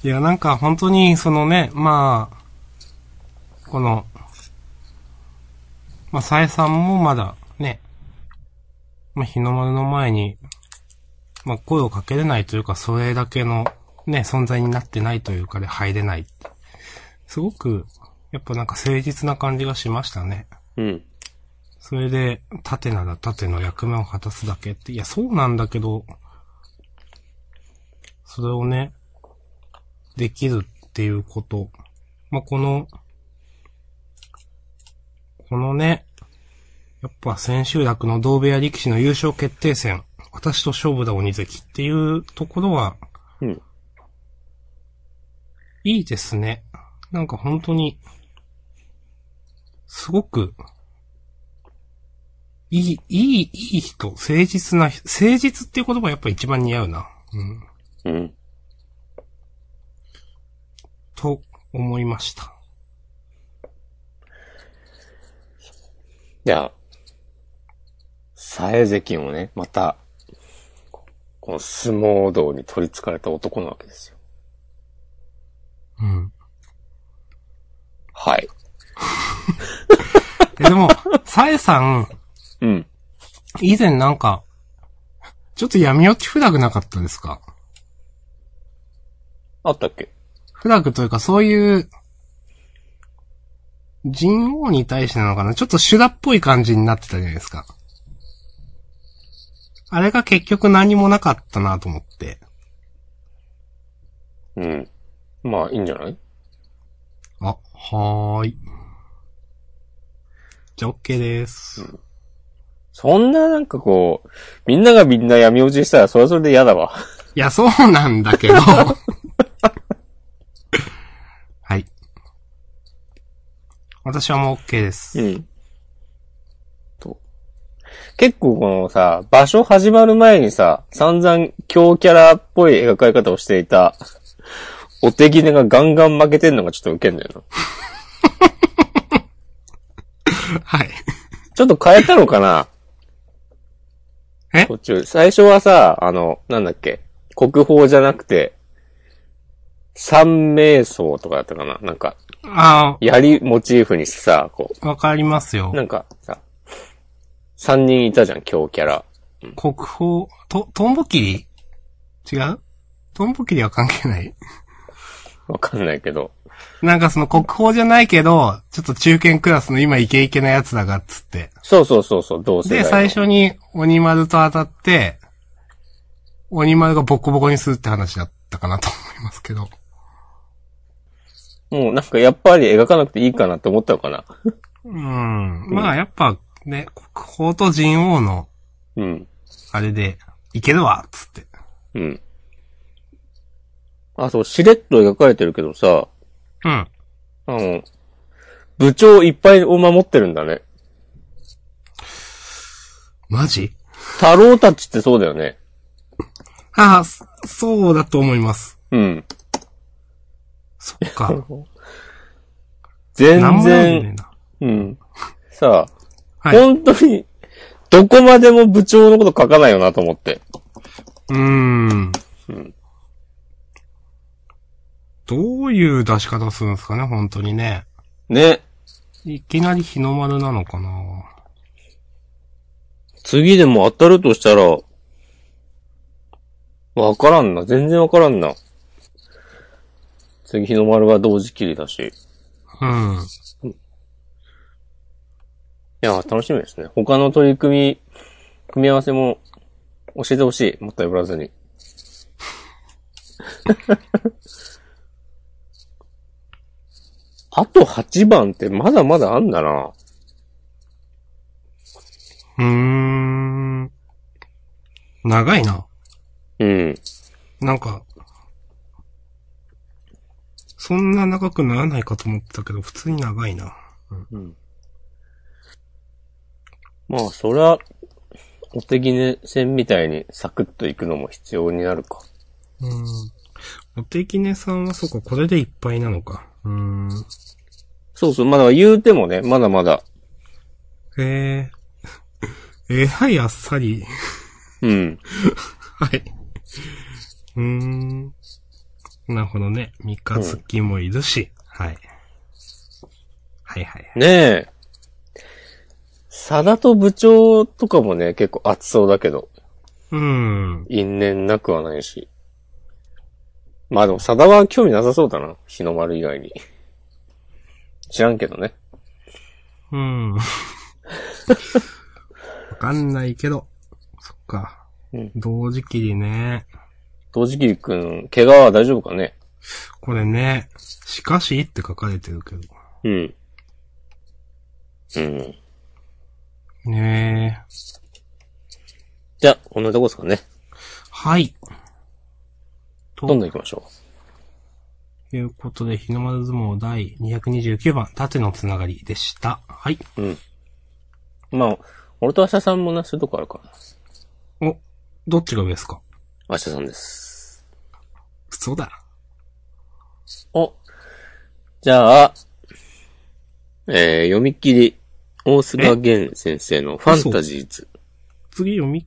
[SPEAKER 1] いや、なんか本当に、そのね、まあ、この、まあ、さえさんもまだ、ね、まあ、日の丸の前に、まあ、声をかけれないというか、それだけの、ね、存在になってないというかで入れない。すごく、やっぱなんか誠実な感じがしましたね。
[SPEAKER 2] うん。
[SPEAKER 1] それで、盾なら盾の役目を果たすだけって、いや、そうなんだけど、それをね、できるっていうこと。まあ、この、このね、やっぱ千秋楽の同部屋力士の優勝決定戦、私と勝負だ鬼関っていうところは、
[SPEAKER 2] うん。
[SPEAKER 1] いいですね。なんか本当に、すごく、いい、いい、いい人、誠実な人、誠実っていう言葉がやっぱ一番似合うな。うん。
[SPEAKER 2] うん。
[SPEAKER 1] と思いました。
[SPEAKER 2] じゃあ、さえ関もね、また、この相撲道に取り憑かれた男なわけですよ。
[SPEAKER 1] うん。
[SPEAKER 2] はい。
[SPEAKER 1] え、でも、 [LAUGHS] さえさん、
[SPEAKER 2] うん。
[SPEAKER 1] 以前なんか、ちょっと闇落ちフラグなかったですか
[SPEAKER 2] あったっけ
[SPEAKER 1] フラグというかそういう、人王に対してなのかなちょっと修羅っぽい感じになってたじゃないですか。あれが結局何もなかったなと思って。
[SPEAKER 2] うん。まあ、いいんじゃない
[SPEAKER 1] あ、はーい。じゃあ、OK です。
[SPEAKER 2] そんななんかこう、みんながみんな闇落ちしたらそれはそれで嫌だわ。
[SPEAKER 1] いや、そうなんだけど。 [LAUGHS] はい。私はもう OK です。
[SPEAKER 2] ん。と。結構このさ、場所始まる前にさ、散々強キャラっぽい描かれ方をしていた、お手ぎねがガンガン負けてんのがちょっとウケんだよな。
[SPEAKER 1] はい。
[SPEAKER 2] ちょっと変えたのかな
[SPEAKER 1] え
[SPEAKER 2] 途中。最初はさ、あの、なんだっけ。国宝じゃなくて、三名僧とかだったかななんか、
[SPEAKER 1] あ
[SPEAKER 2] 槍モチーフにしてさ、こ
[SPEAKER 1] あ、わかりますよ
[SPEAKER 2] う、な。んかさ、三人いたじゃん、強キャラ。
[SPEAKER 1] 国宝、と、トンボキリ違うトンボキリは関係ない。
[SPEAKER 2] わかんないけど。
[SPEAKER 1] なんかその国宝じゃないけど、ちょっと中堅クラスの今イケイケなやつだがっつって。
[SPEAKER 2] そうそうそうそう、同世代
[SPEAKER 1] で、
[SPEAKER 2] の
[SPEAKER 1] 最初に鬼丸と当たって、鬼丸がボコボコにするって話だったかなと思いますけど。
[SPEAKER 2] もうなんかやっぱり描かなくていいかなって思ったのかな。
[SPEAKER 1] うん。まあやっぱね、国宝と人王の、
[SPEAKER 2] うん。
[SPEAKER 1] あれで、いけるわっつって。
[SPEAKER 2] うん。あ、そう、しれっと描かれてるけどさ、
[SPEAKER 1] うん。
[SPEAKER 2] あの、部長いっぱいを守ってるんだね。
[SPEAKER 1] マジ
[SPEAKER 2] 太郎たちってそうだよね。
[SPEAKER 1] ああ、そそうだと思います。
[SPEAKER 2] うん。
[SPEAKER 1] そっか。なん
[SPEAKER 2] [LAUGHS] 全
[SPEAKER 1] もないんだよ
[SPEAKER 2] 然、
[SPEAKER 1] な。
[SPEAKER 2] うん。さあ、
[SPEAKER 1] はい
[SPEAKER 2] 本当に、どこまでも部長のこと書かないよなと思って。
[SPEAKER 1] うーん。どういう出し方するんですかね、本当にね。
[SPEAKER 2] ね。
[SPEAKER 1] いきなり日の丸なのかな
[SPEAKER 2] 次でも当たるとしたら、わからんな。全然わからんな。次日の丸は同時切りだし。
[SPEAKER 1] うん。
[SPEAKER 2] いやー、楽しみですね。他の取り組み、組み合わせも教えてほしい。もったいぶらずに。 [LAUGHS] あと8番ってまだまだあんだな。
[SPEAKER 1] うーん。長いな。
[SPEAKER 2] うん。
[SPEAKER 1] なんか、そんな長くならないかと思ってたけど、普通に長いな。
[SPEAKER 2] まあ、そりゃ、お手ぎ戦みたいにサクッと行くのも必要になるか。
[SPEAKER 1] うん。おてきねさんはそうか、これでいっぱいなのか。うーん。
[SPEAKER 2] そうそう、まだ言うてもね、まだまだ。
[SPEAKER 1] えー、 [LAUGHS] えらいあっさり。
[SPEAKER 2] うん。
[SPEAKER 1] はい。うーん。なるほどね。三日月もいるし。はい。はいはいはい。
[SPEAKER 2] ねえ。佐田と部長とかもね、結構熱そうだけど。
[SPEAKER 1] うん。
[SPEAKER 2] 因縁なくはないし。まあでも、佐田は興味なさそうだな。日の丸以外に。知らんけどね。 [LAUGHS]
[SPEAKER 1] うん。わかんないけど。そっか。
[SPEAKER 2] うん
[SPEAKER 1] 同時期にね。
[SPEAKER 2] 同時期くん、怪我は大丈夫かね
[SPEAKER 1] これね、しかしって書かれてるけど。
[SPEAKER 2] うん。うん。
[SPEAKER 1] ねえ。
[SPEAKER 2] じゃあ、こんなとこですかね。
[SPEAKER 1] はい。と
[SPEAKER 2] どんどん行きましょ
[SPEAKER 1] いうことで、日の丸相撲第229番、縦のつながりでした。はい。
[SPEAKER 2] う。うん。まあ、俺と明日さんもな、そういうとこあるから。
[SPEAKER 1] お、どっちが上ですか
[SPEAKER 2] 明日さんです。
[SPEAKER 1] そうだ。
[SPEAKER 2] お。じゃあ、えー、読み切り、大須賀源先生のファンタジーズ。
[SPEAKER 1] 次読み。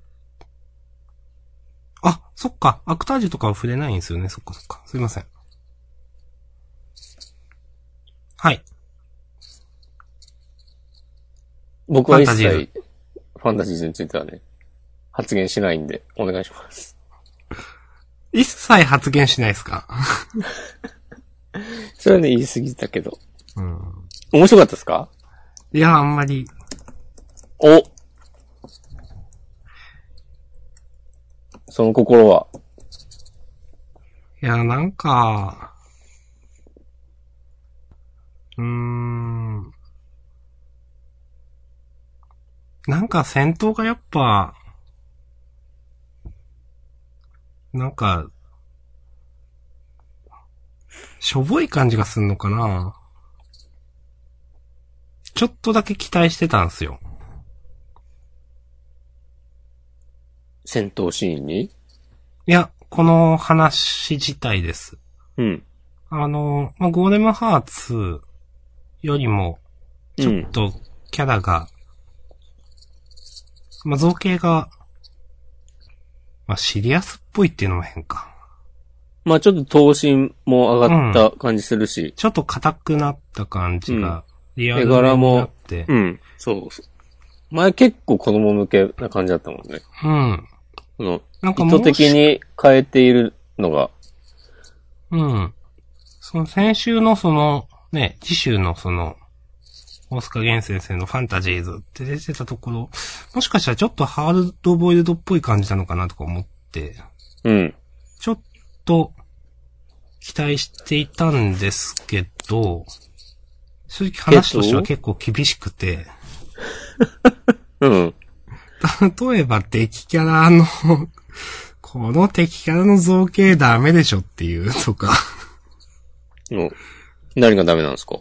[SPEAKER 1] あ、そっか。アクタージュとかは触れないんですよね。そっかそっか。すいません。はい。
[SPEAKER 2] 僕は一
[SPEAKER 1] ファンタジー
[SPEAKER 2] 切、ファンタジーズについてはね、発言しないんで、お願いします。
[SPEAKER 1] 一切発言しないですか
[SPEAKER 2] それはね、言い過ぎたけど。
[SPEAKER 1] うん。
[SPEAKER 2] 面白かったですか
[SPEAKER 1] いや、あんまり。
[SPEAKER 2] おその心は。
[SPEAKER 1] いや、なんか、うーん。なんか戦闘がやっぱ、なんか、しょぼい感じがすんのかなちょっとだけ期待してたんすよ。
[SPEAKER 2] 戦闘シーンに
[SPEAKER 1] いや、この話自体です。
[SPEAKER 2] うん。
[SPEAKER 1] あの、まあ、ゴーレムハーツよりも、ちょっとキャラが、まあ、造形が、まあ、シリアスっぽいっていうのも変か。
[SPEAKER 2] まあちょっと頭身も上がった感じするし。
[SPEAKER 1] ちょっと硬くなった感じが、リアル
[SPEAKER 2] 絵柄
[SPEAKER 1] に
[SPEAKER 2] も
[SPEAKER 1] なって
[SPEAKER 2] う、ん。そうそう。前結構子供向けな感じだったもんね。
[SPEAKER 1] うん。
[SPEAKER 2] この、
[SPEAKER 1] なんか
[SPEAKER 2] 意
[SPEAKER 1] もう
[SPEAKER 2] 図的に変えているのが。
[SPEAKER 1] うん。その先週のその、ね、次週のその、大塚源先生のファンタジーズって出てたところ、もしかしたらちょっとハードボイルドっぽい感じなのかなとか思って、
[SPEAKER 2] うん。
[SPEAKER 1] ちょっと、期待していたんですけど、正直話としては結構厳しくて、 [LAUGHS]
[SPEAKER 2] うん。
[SPEAKER 1] 例えば敵キャラの、 [LAUGHS] この敵キャラの造形ダメでしょっていうとか、
[SPEAKER 2] の何がダメなんですか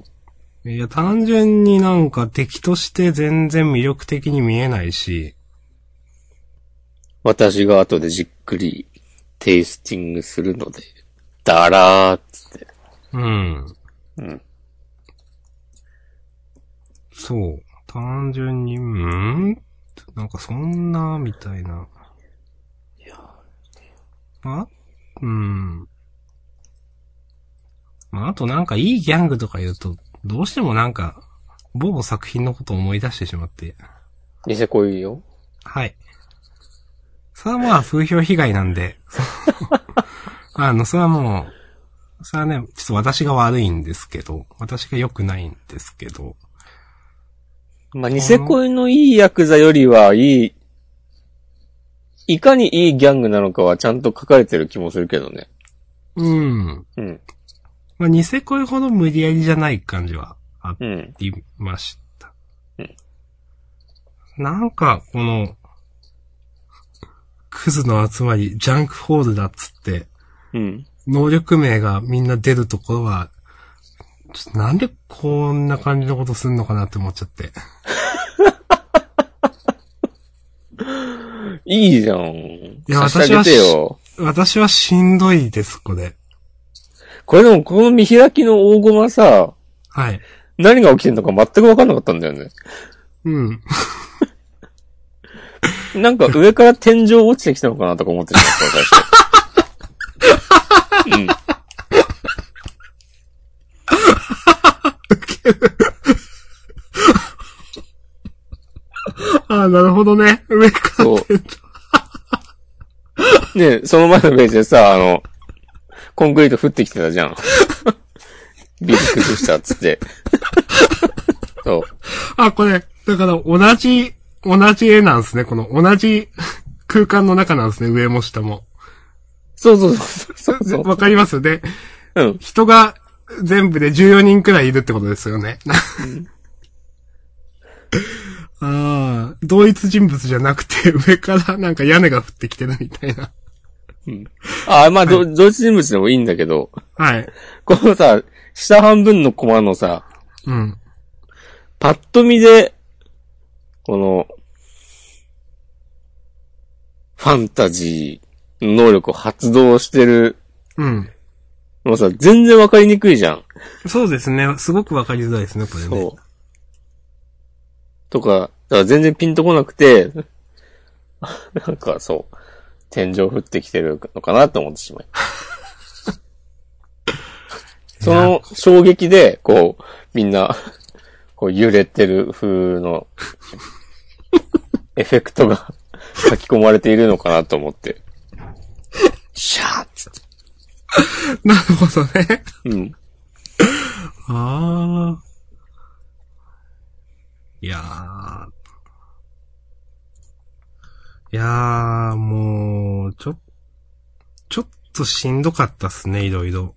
[SPEAKER 1] う [LAUGHS] いや、単純になんか敵として全然魅力的に見えないし、
[SPEAKER 2] 私が後でじっくりテイスティングするので、だらーっつって。
[SPEAKER 1] うん。
[SPEAKER 2] うん。
[SPEAKER 1] そう。単純に、うんなんかそんな、みたいな。
[SPEAKER 2] いや
[SPEAKER 1] まあ、うん。まあ、あとなんかいいギャングとか言うと、どうしてもなんか、某作品のことを思い出してしまって。
[SPEAKER 2] ニセコいいよ。
[SPEAKER 1] はい。それはまあ、風評被害なんで。 [LAUGHS] あの、それはもう、それはね、ちょっと私が悪いんですけど、私が良くないんですけど、
[SPEAKER 2] まあ、ニセコイのいいヤクザよりはいい、いかにいいギャングなのかはちゃんと書かれてる気もするけどね。
[SPEAKER 1] うん。
[SPEAKER 2] うん。
[SPEAKER 1] まあ、ニセ恋ほど無理やりじゃない感じはあっ
[SPEAKER 2] うん。
[SPEAKER 1] りました
[SPEAKER 2] うん。
[SPEAKER 1] なんか、この、クズの集まり、ジャンクホールだっつって、
[SPEAKER 2] うん。
[SPEAKER 1] 能力名がみんな出るところは、ちょっとなんでこんな感じのことすんのかなって思っちゃって。
[SPEAKER 2] いいじゃん。
[SPEAKER 1] いや
[SPEAKER 2] 差し上げてよ。
[SPEAKER 1] 私はしんどいです、これ。
[SPEAKER 2] これでもこの見開きの大駒さ、
[SPEAKER 1] はい。
[SPEAKER 2] 何が起きてんのか全く分かんなかったんだよね。
[SPEAKER 1] うん。 [LAUGHS]
[SPEAKER 2] なんか上から天井落ちてきたのかなとか思ってしまった、最初。うん。
[SPEAKER 1] ああ、なるほどね。上 [LAUGHS] か
[SPEAKER 2] そう。ねその前のページでさ、あの、コンクリート降ってきてたじゃん。ビル崩したっつって。そう。
[SPEAKER 1] あ、これ、だから同じ、同じ絵なんですね。この同じ [LAUGHS] 空間の中なんですね。上も下も。
[SPEAKER 2] そうそうそうそうそうそう。
[SPEAKER 1] わかりますよね。
[SPEAKER 2] うん。
[SPEAKER 1] 人が全部で14人くらいいるってことですよね。 [LAUGHS] ああ、同一人物じゃなくて、上からなんか屋根が降ってきてるみたいな。
[SPEAKER 2] あ、まあ、ど同一人物でもいいんだけど、
[SPEAKER 1] はい。
[SPEAKER 2] このさ、下半分のコマのさ、
[SPEAKER 1] うん。
[SPEAKER 2] パッと見で、この、ファンタジーの能力を発動してる
[SPEAKER 1] うん。
[SPEAKER 2] のさ、全然わかりにくいじゃん。
[SPEAKER 1] そうですね。すごくわかりづらいですね、これね。
[SPEAKER 2] そう。とか、だから全然ピンとこなくて、 [LAUGHS] なんかそう、天井降ってきてるのかなと思ってし [LAUGHS] まい。その衝撃で、こう、みんな、こう揺れてる風 [LAUGHS] の、エフェクトが [LAUGHS] 書き込まれているのかなと思って。シャーっつって。
[SPEAKER 1] なるほどね。
[SPEAKER 2] うん。
[SPEAKER 1] ああ。いやー。いやー、もう、ちょ、ちょっとしんどかったっすね、いろいろ。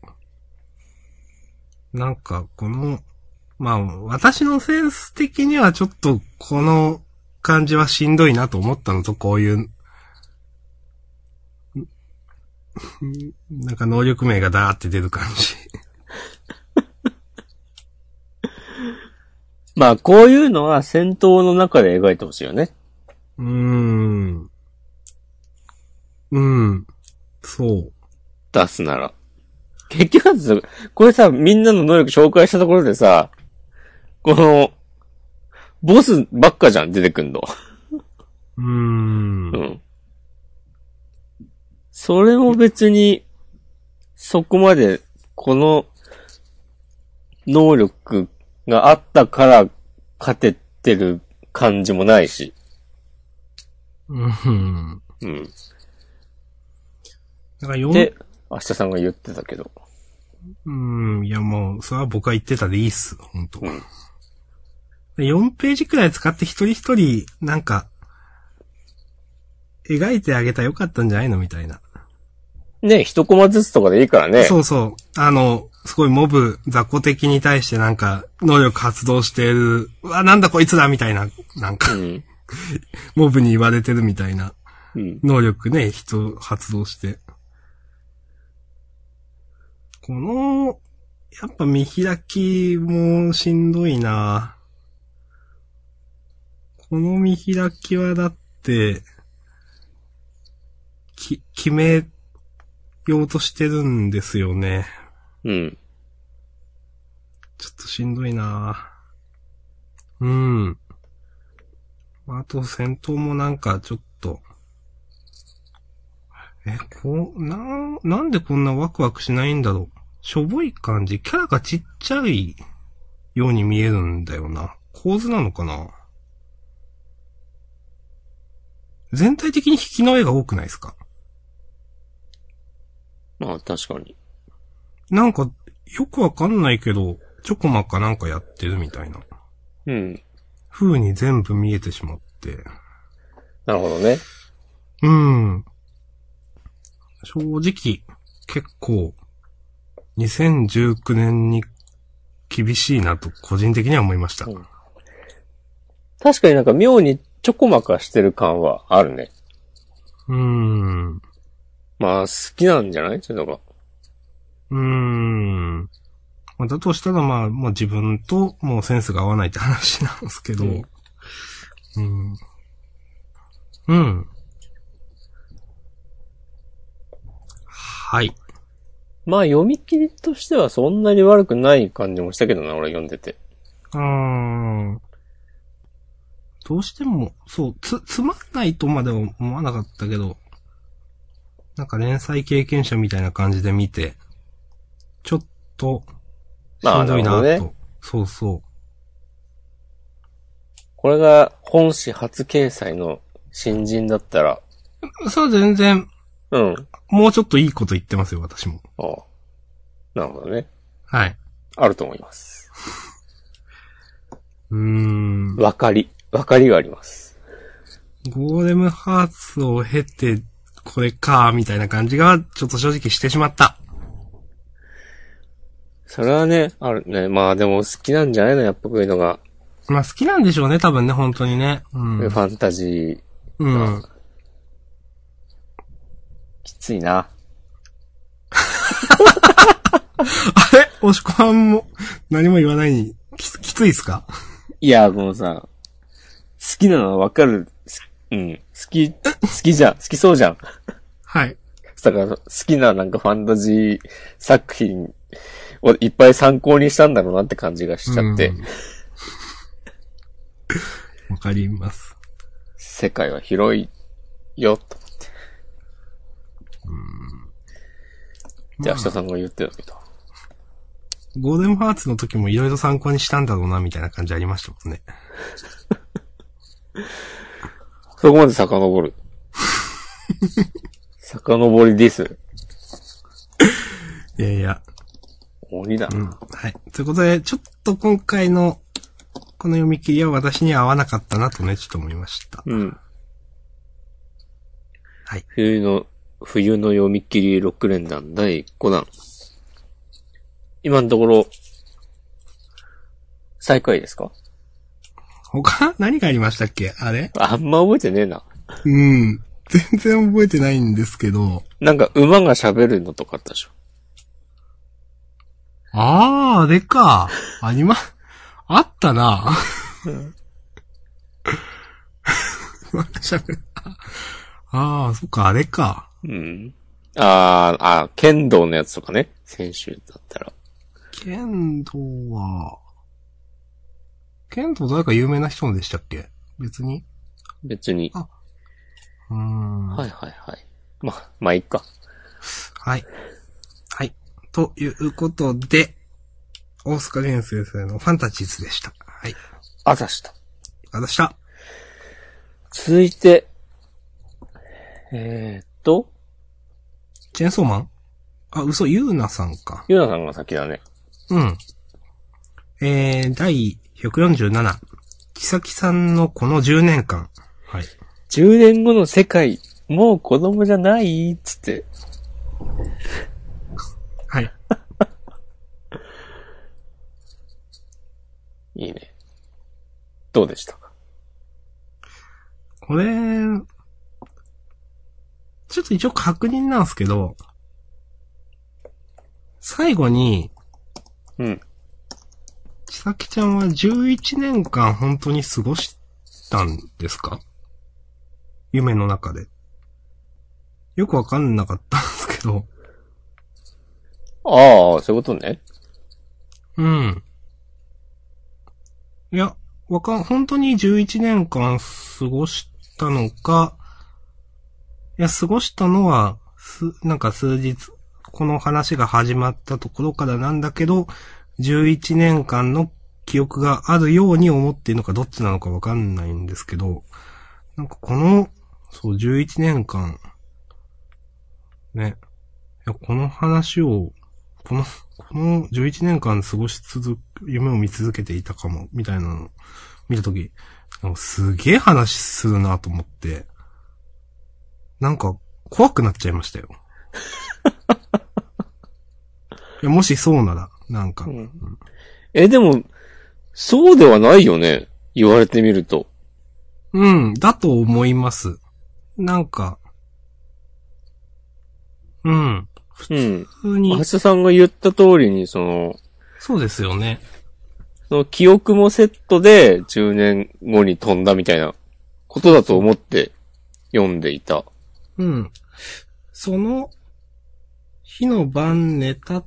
[SPEAKER 1] なんか、この、まあ、私のセンス的にはちょっと、この感じはしんどいなと思ったのと、こういう、んなんか能力名がダーって出る感じ。
[SPEAKER 2] まあ、こういうのは戦闘の中で描いてほしいよね。
[SPEAKER 1] うーん。うん。そう。
[SPEAKER 2] 出すなら。結局はず、これさ、みんなの能力紹介したところでさ、この、ボスばっかじゃん、出てくんの。
[SPEAKER 1] うーん
[SPEAKER 2] う。ん。それも別に、そこまで、この、能力があったから、勝ててる感じもないし。
[SPEAKER 1] うん。
[SPEAKER 2] うん。
[SPEAKER 1] だからよん
[SPEAKER 2] で、明日さんが言ってたけど。
[SPEAKER 1] うん。いやもう、それは僕は言ってたでいいっす。本当
[SPEAKER 2] うん
[SPEAKER 1] 4ページくらい使って一人一人、なんか、描いてあげたらよかったんじゃないのみたいな。
[SPEAKER 2] ね、一コマずつとかでいいからね。
[SPEAKER 1] そうそう。あの、すごいモブ、雑魚敵に対してなんか、能力発動してる、うわ、なんだこいつだみたいな、なんか、
[SPEAKER 2] うん。
[SPEAKER 1] モブに言われてるみたいな。
[SPEAKER 2] うん。
[SPEAKER 1] 能力ね、人発動して。この、やっぱ見開きもしんどいなこの見開きはだって、き、決めようとしてるんですよね。
[SPEAKER 2] うん。
[SPEAKER 1] ちょっとしんどいなうん。あと、戦闘もなんか、ちょっと。え、こう、なん、なんでこんなワクワクしないんだろう。しょぼい感じ。キャラがちっちゃいように見えるんだよな。構図なのかな全体的に引きの絵が多くないですか
[SPEAKER 2] まあ確かに。
[SPEAKER 1] なんか、よくわかんないけど、チョコマかなんかやってるみたいな。
[SPEAKER 2] うん。
[SPEAKER 1] 風に全部見えてしまって。
[SPEAKER 2] なるほどね。
[SPEAKER 1] うん。正直、結構、2019年に厳しいなと個人的には思いました。
[SPEAKER 2] うん確かになんか妙にちょこまかしてる感はあるね。
[SPEAKER 1] うん。う
[SPEAKER 2] まあ好きなんじゃないそういうのが。
[SPEAKER 1] ーん。まあだとしたらまあ、もう自分ともうセンスが合わないって話なんですけど。
[SPEAKER 2] うん
[SPEAKER 1] うん。うん。はい。
[SPEAKER 2] まあ読み切りとしてはそんなに悪くない感じもしたけどな、俺読んでて。
[SPEAKER 1] うーん。どうしても、そう、つ、つまんないとまでは思わなかったけど、なんか連載経験者みたいな感じで見て、ちょっと、し
[SPEAKER 2] まあ
[SPEAKER 1] んどいなと。
[SPEAKER 2] なるほど
[SPEAKER 1] そうそ
[SPEAKER 2] これが本誌初掲載の新人だったら、
[SPEAKER 1] う。それは全然、
[SPEAKER 2] うん。
[SPEAKER 1] もうちょっといいこと言ってますよ、私も。
[SPEAKER 2] ああなるほどね。
[SPEAKER 1] はい。
[SPEAKER 2] あると思います。
[SPEAKER 1] うーん。
[SPEAKER 2] わかり。わかりがあります。
[SPEAKER 1] ゴーレムハーツを経て、これか、みたいな感じが、ちょっと正直してしまった。
[SPEAKER 2] それはね、あるね。まあでも好きなんじゃないのやっぱこういうのが。
[SPEAKER 1] まあ好きなんでしょうね、多分ね、本当にね。うん。
[SPEAKER 2] ファンタジー、
[SPEAKER 1] うん。
[SPEAKER 2] きついな。
[SPEAKER 1] あれ押し込まんも何も言わないに、ききついっすか
[SPEAKER 2] いや、このさ、好きなのはわかる。すうん。好き、好きじゃん。好きそうじゃん。
[SPEAKER 1] はい。
[SPEAKER 2] だから、好きななんかファンタジー作品をいっぱい参考にしたんだろうなって感じがしちゃって
[SPEAKER 1] う。ん。わかります。
[SPEAKER 2] 世界は広いよ、と思って。じゃあ、明日さんが言ってたけど。
[SPEAKER 1] ゴーデンハーツの時もいろいろ参考にしたんだろうな、みたいな感じありましたもんね。
[SPEAKER 2] そこまで
[SPEAKER 1] [LAUGHS]
[SPEAKER 2] 遡る。遡りです。
[SPEAKER 1] いやいや。
[SPEAKER 2] 鬼だな。
[SPEAKER 1] うん。はい。ということで、ちょっと今回の、この読み切りは私には合わなかったなとね、ちょっと思いました。
[SPEAKER 2] うん。
[SPEAKER 1] はい。
[SPEAKER 2] 冬の、冬の読み切り6連弾第5弾。今のところ、最下位ですか
[SPEAKER 1] 他何がありましたっけあれ
[SPEAKER 2] あんま覚えてねえな。
[SPEAKER 1] うん。全然覚えてないんですけど。
[SPEAKER 2] なんか馬が喋るのとかあったでしょ。
[SPEAKER 1] あー、あれか。ありま、あったな。うん。喋る。あー、そっか、あれか。
[SPEAKER 2] うん。あー、あー、剣道のやつとかね。先週だったら。
[SPEAKER 1] 剣道は、剣道誰か有名な人のでしたっけ別に
[SPEAKER 2] 別に。
[SPEAKER 1] あうーん。
[SPEAKER 2] はいはいはい。まあ、まあ、いっか。
[SPEAKER 1] はい。はい。ということで、大塚淳先生のファンタジーズでした。はい。
[SPEAKER 2] あざした。
[SPEAKER 1] ありがとうございました。
[SPEAKER 2] 続いて、えー、っと、
[SPEAKER 1] チェーンソーマンあ、嘘、ゆうなさんか。
[SPEAKER 2] ゆうなさんが先だね。
[SPEAKER 1] うん。えー、第147。木崎さんのこの10年間。はい。
[SPEAKER 2] 10年後の世界、もう子供じゃないっつって。
[SPEAKER 1] はい。
[SPEAKER 2] いいね。どうでしたか
[SPEAKER 1] これ、ちょっと一応確認なんですけど、最後に、
[SPEAKER 2] うん。
[SPEAKER 1] ちさきちゃんは11年間本当に過ごしたんですか夢の中で。よくわかんなかったんですけど。
[SPEAKER 2] ああ、そういうことね。
[SPEAKER 1] うん。いや、わかん、本当に11年間過ごしたのか、いや、過ごしたのは、す、なんか数日、この話が始まったところからなんだけど、11年間の記憶があるように思っているのかどっちなのかわかんないんですけど、なんかこの、そう、11年間、ね、いや、この話を、この、この11年間過ごし続く、夢を見続けていたかも、みたいなのを見たとき、なんかすげえ話するなと思って、なんか怖くなっちゃいま
[SPEAKER 2] [LAUGHS]
[SPEAKER 1] したよ。いやもしそうなら、なんか。
[SPEAKER 2] うんえ、でも、そうではないよね。言われてみると。
[SPEAKER 1] うん、だと思います。なんか、うん、
[SPEAKER 2] うん。
[SPEAKER 1] 普通
[SPEAKER 2] 橋
[SPEAKER 1] に
[SPEAKER 2] 田、さんが言った通りに、その、
[SPEAKER 1] そうですよね。
[SPEAKER 2] その記憶もセットで10年後に飛んだみたいなことだと思って読んでいた。
[SPEAKER 1] うん。その日の晩寝た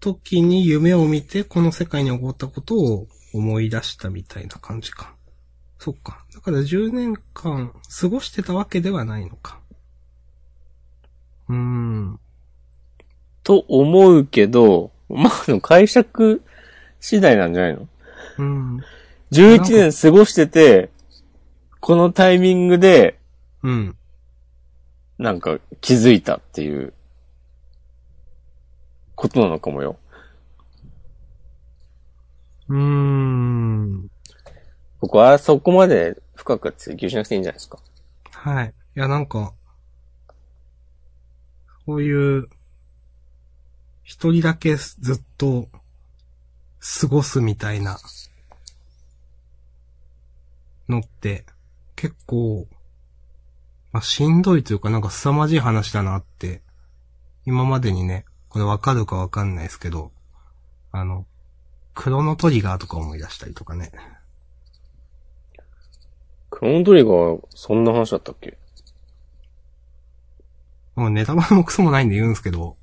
[SPEAKER 1] 時に夢を見てこの世界に起こったことを思い出したみたいな感じか。そっか。だから10年間過ごしてたわけではないのか。うーん。
[SPEAKER 2] と思うけど、まあ、でも解釈次第なんじゃないの
[SPEAKER 1] うん。
[SPEAKER 2] ?11 年過ごしてて、このタイミングで、
[SPEAKER 1] うん。
[SPEAKER 2] なんか気づいたっていう、ことなのかもよ。
[SPEAKER 1] うーん。
[SPEAKER 2] 僕はそこまで深く追求しなくていいんじゃないですか。
[SPEAKER 1] はい。いや、なんか、そういう、一人だけずっと過ごすみたいなのって、結構、まあ、しんどいというか、なんか凄まじい話だなって、今までにね、これわかるかわかんないですけど、あの、クロノトリガーとか思い出したりとかね。
[SPEAKER 2] クローントリガー、そんな話だったっけ
[SPEAKER 1] もうネタバレもクソもないんで言うんですけど、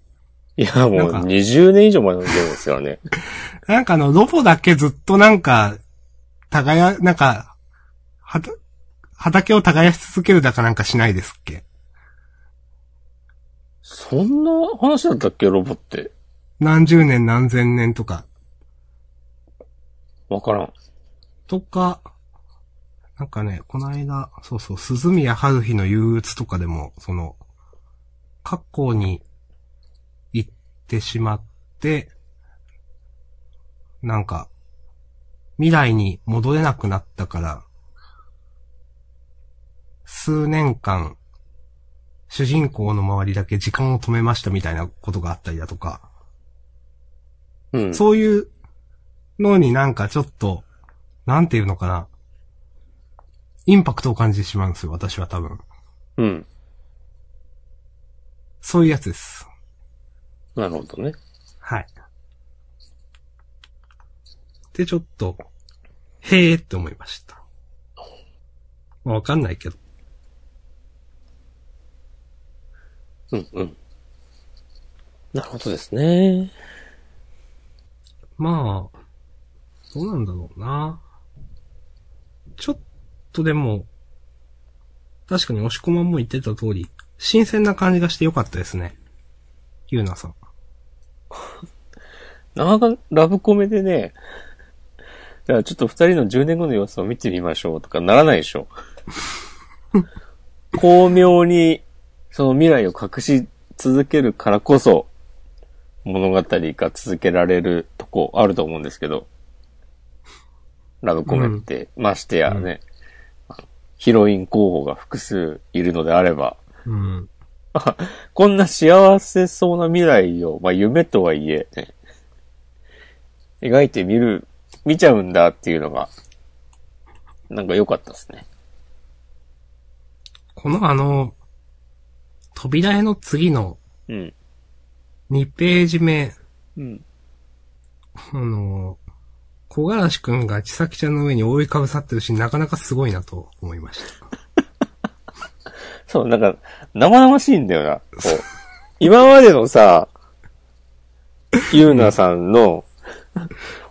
[SPEAKER 2] いや、
[SPEAKER 1] な
[SPEAKER 2] も
[SPEAKER 1] ん
[SPEAKER 2] う
[SPEAKER 1] か
[SPEAKER 2] 20年以上前のゲームですからね。
[SPEAKER 1] なんかあの、ロボだけずっとなんか、耕、なんか、はた、畑を耕し続けるだかなんかしないですっけ
[SPEAKER 2] そんな話だったっけロボって。
[SPEAKER 1] 何十年何千年とか、
[SPEAKER 2] わからん。
[SPEAKER 1] とか、なんかね、この間、そうそう、鈴宮春日の憂鬱とかでも、その、過去に行ってしまって、なんか、未来に戻れなくなったから、数年間、主人公の周りだけ時間を止めましたみたいなことがあったりだとか、
[SPEAKER 2] うん。
[SPEAKER 1] そういうのになんかちょっと、なんていうのかな。インパクトを感じてしまうんですよ、私は多分。
[SPEAKER 2] うん。
[SPEAKER 1] そういうやつです。
[SPEAKER 2] なるほどね。
[SPEAKER 1] はい。で、ちょっと、へーって思いました。まあわかんないけど。
[SPEAKER 2] うんうん。なるほどですね。
[SPEAKER 1] まあ、どうなんだろうな。ちょっとでも、確かに押し込まんも言ってた通り、新鮮な感じがしてよかったですね。ゆうなさん。
[SPEAKER 2] なかなかラブコメでね、じゃあちょっと二人の10年後の様子を見てみましょうとかならないでしょ。巧妙にその未来を隠し続けるからこそ物語が続けられるとこあると思うんですけど、ラブコメって、ましてやね、ヒロイン候補が複数いるのであれば、
[SPEAKER 1] うん。
[SPEAKER 2] こんな幸せそうな未来を、まあ夢とはいえ、ね、描いてみる、見ちゃうんだっていうのが、なんか良かったですね。
[SPEAKER 1] このあの、扉絵の次の
[SPEAKER 2] うん。
[SPEAKER 1] 2ページ目、
[SPEAKER 2] うん。
[SPEAKER 1] あの、小柄しくんが千咲ちゃんの上に覆いかぶさってるし、なかなかすごいなと思いました。
[SPEAKER 2] そう、なんか、生々しいんだよな。こう [LAUGHS] 今までのさ、ゆうなさんの、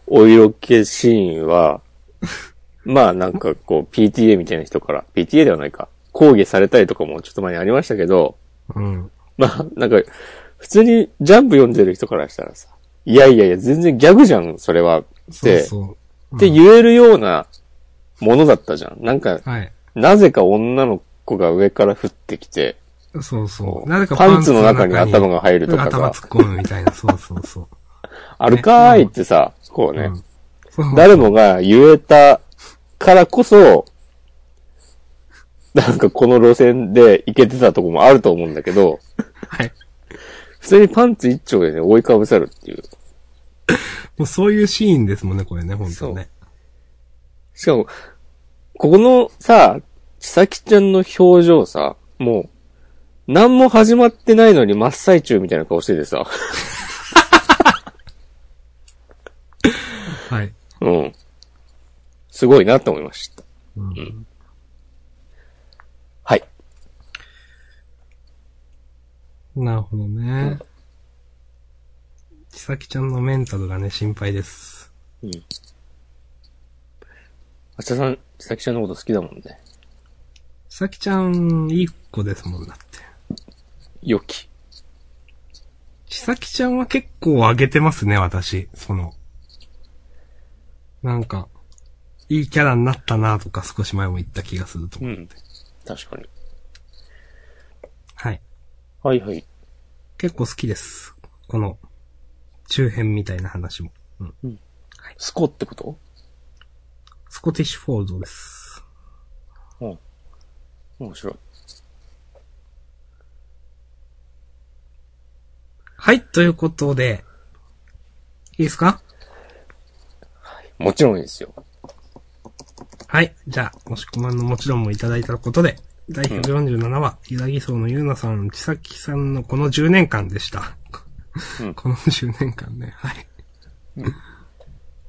[SPEAKER 2] お色気シーンは、まあなんかこう、PTA みたいな人から、PTA ではないか、抗議されたりとかもちょっと前にありましたけど、
[SPEAKER 1] うん。
[SPEAKER 2] まあ、なんか、普通にジャンプ読んでる人からしたらさ、いやいやいや、全然ギャグじゃん、それは。って、
[SPEAKER 1] そうそう。
[SPEAKER 2] って言えるようなものだったじゃん。なんか、
[SPEAKER 1] うん。はい。
[SPEAKER 2] なぜか女の子が上から降ってきて、
[SPEAKER 1] そうそう。
[SPEAKER 2] パンツの中に頭が入るとか
[SPEAKER 1] 頭
[SPEAKER 2] さ
[SPEAKER 1] 突っ込むみたいな、そうそうそう。
[SPEAKER 2] あるかーいってさ、こ [LAUGHS] うね、
[SPEAKER 1] うんそう
[SPEAKER 2] 誰もが言えたからこそ、なんかこの路線で行けてたとこもあると思うんだけど、
[SPEAKER 1] はい。
[SPEAKER 2] 普通にパンツ一丁でね、覆いかぶさるっていう。
[SPEAKER 1] もうそういうシーンですもんね、これね、本当ね。
[SPEAKER 2] しかも、ここのさ、ちさきちゃんの表情さ、もう、何も始まってないのに真っ最中みたいな顔しててさ、 [LAUGHS]
[SPEAKER 1] はい。
[SPEAKER 2] うん。すごいなと思いました。
[SPEAKER 1] うん
[SPEAKER 2] はい。
[SPEAKER 1] なるほどね。ちさきちゃんのメンタルがね、心配です。
[SPEAKER 2] あちさん、ちさきちゃんのこと好きだもんね。
[SPEAKER 1] ちさきちゃん、いい子ですもんだって。
[SPEAKER 2] 良き。
[SPEAKER 1] ちさきちゃんは結構上げてますね、私。その、なんか、いいキャラになったなとか少し前も言った気がすると思って。
[SPEAKER 2] うん確かに。
[SPEAKER 1] はい。
[SPEAKER 2] はいはい。
[SPEAKER 1] 結構好きです。この、中編みたいな話も。うん。
[SPEAKER 2] スコってこと
[SPEAKER 1] スコティッシュフォールドです。
[SPEAKER 2] うん。面白い。
[SPEAKER 1] はい、ということで、いいですか
[SPEAKER 2] もちろんですよ。
[SPEAKER 1] はい。じゃあ、もしくまんのもちろんもいただいたことで、第147話、ひらぎそうのゆうなさん、ちさきさんのこの10年間でした。
[SPEAKER 2] う
[SPEAKER 1] [LAUGHS]
[SPEAKER 2] ん
[SPEAKER 1] この10年間ね。はい。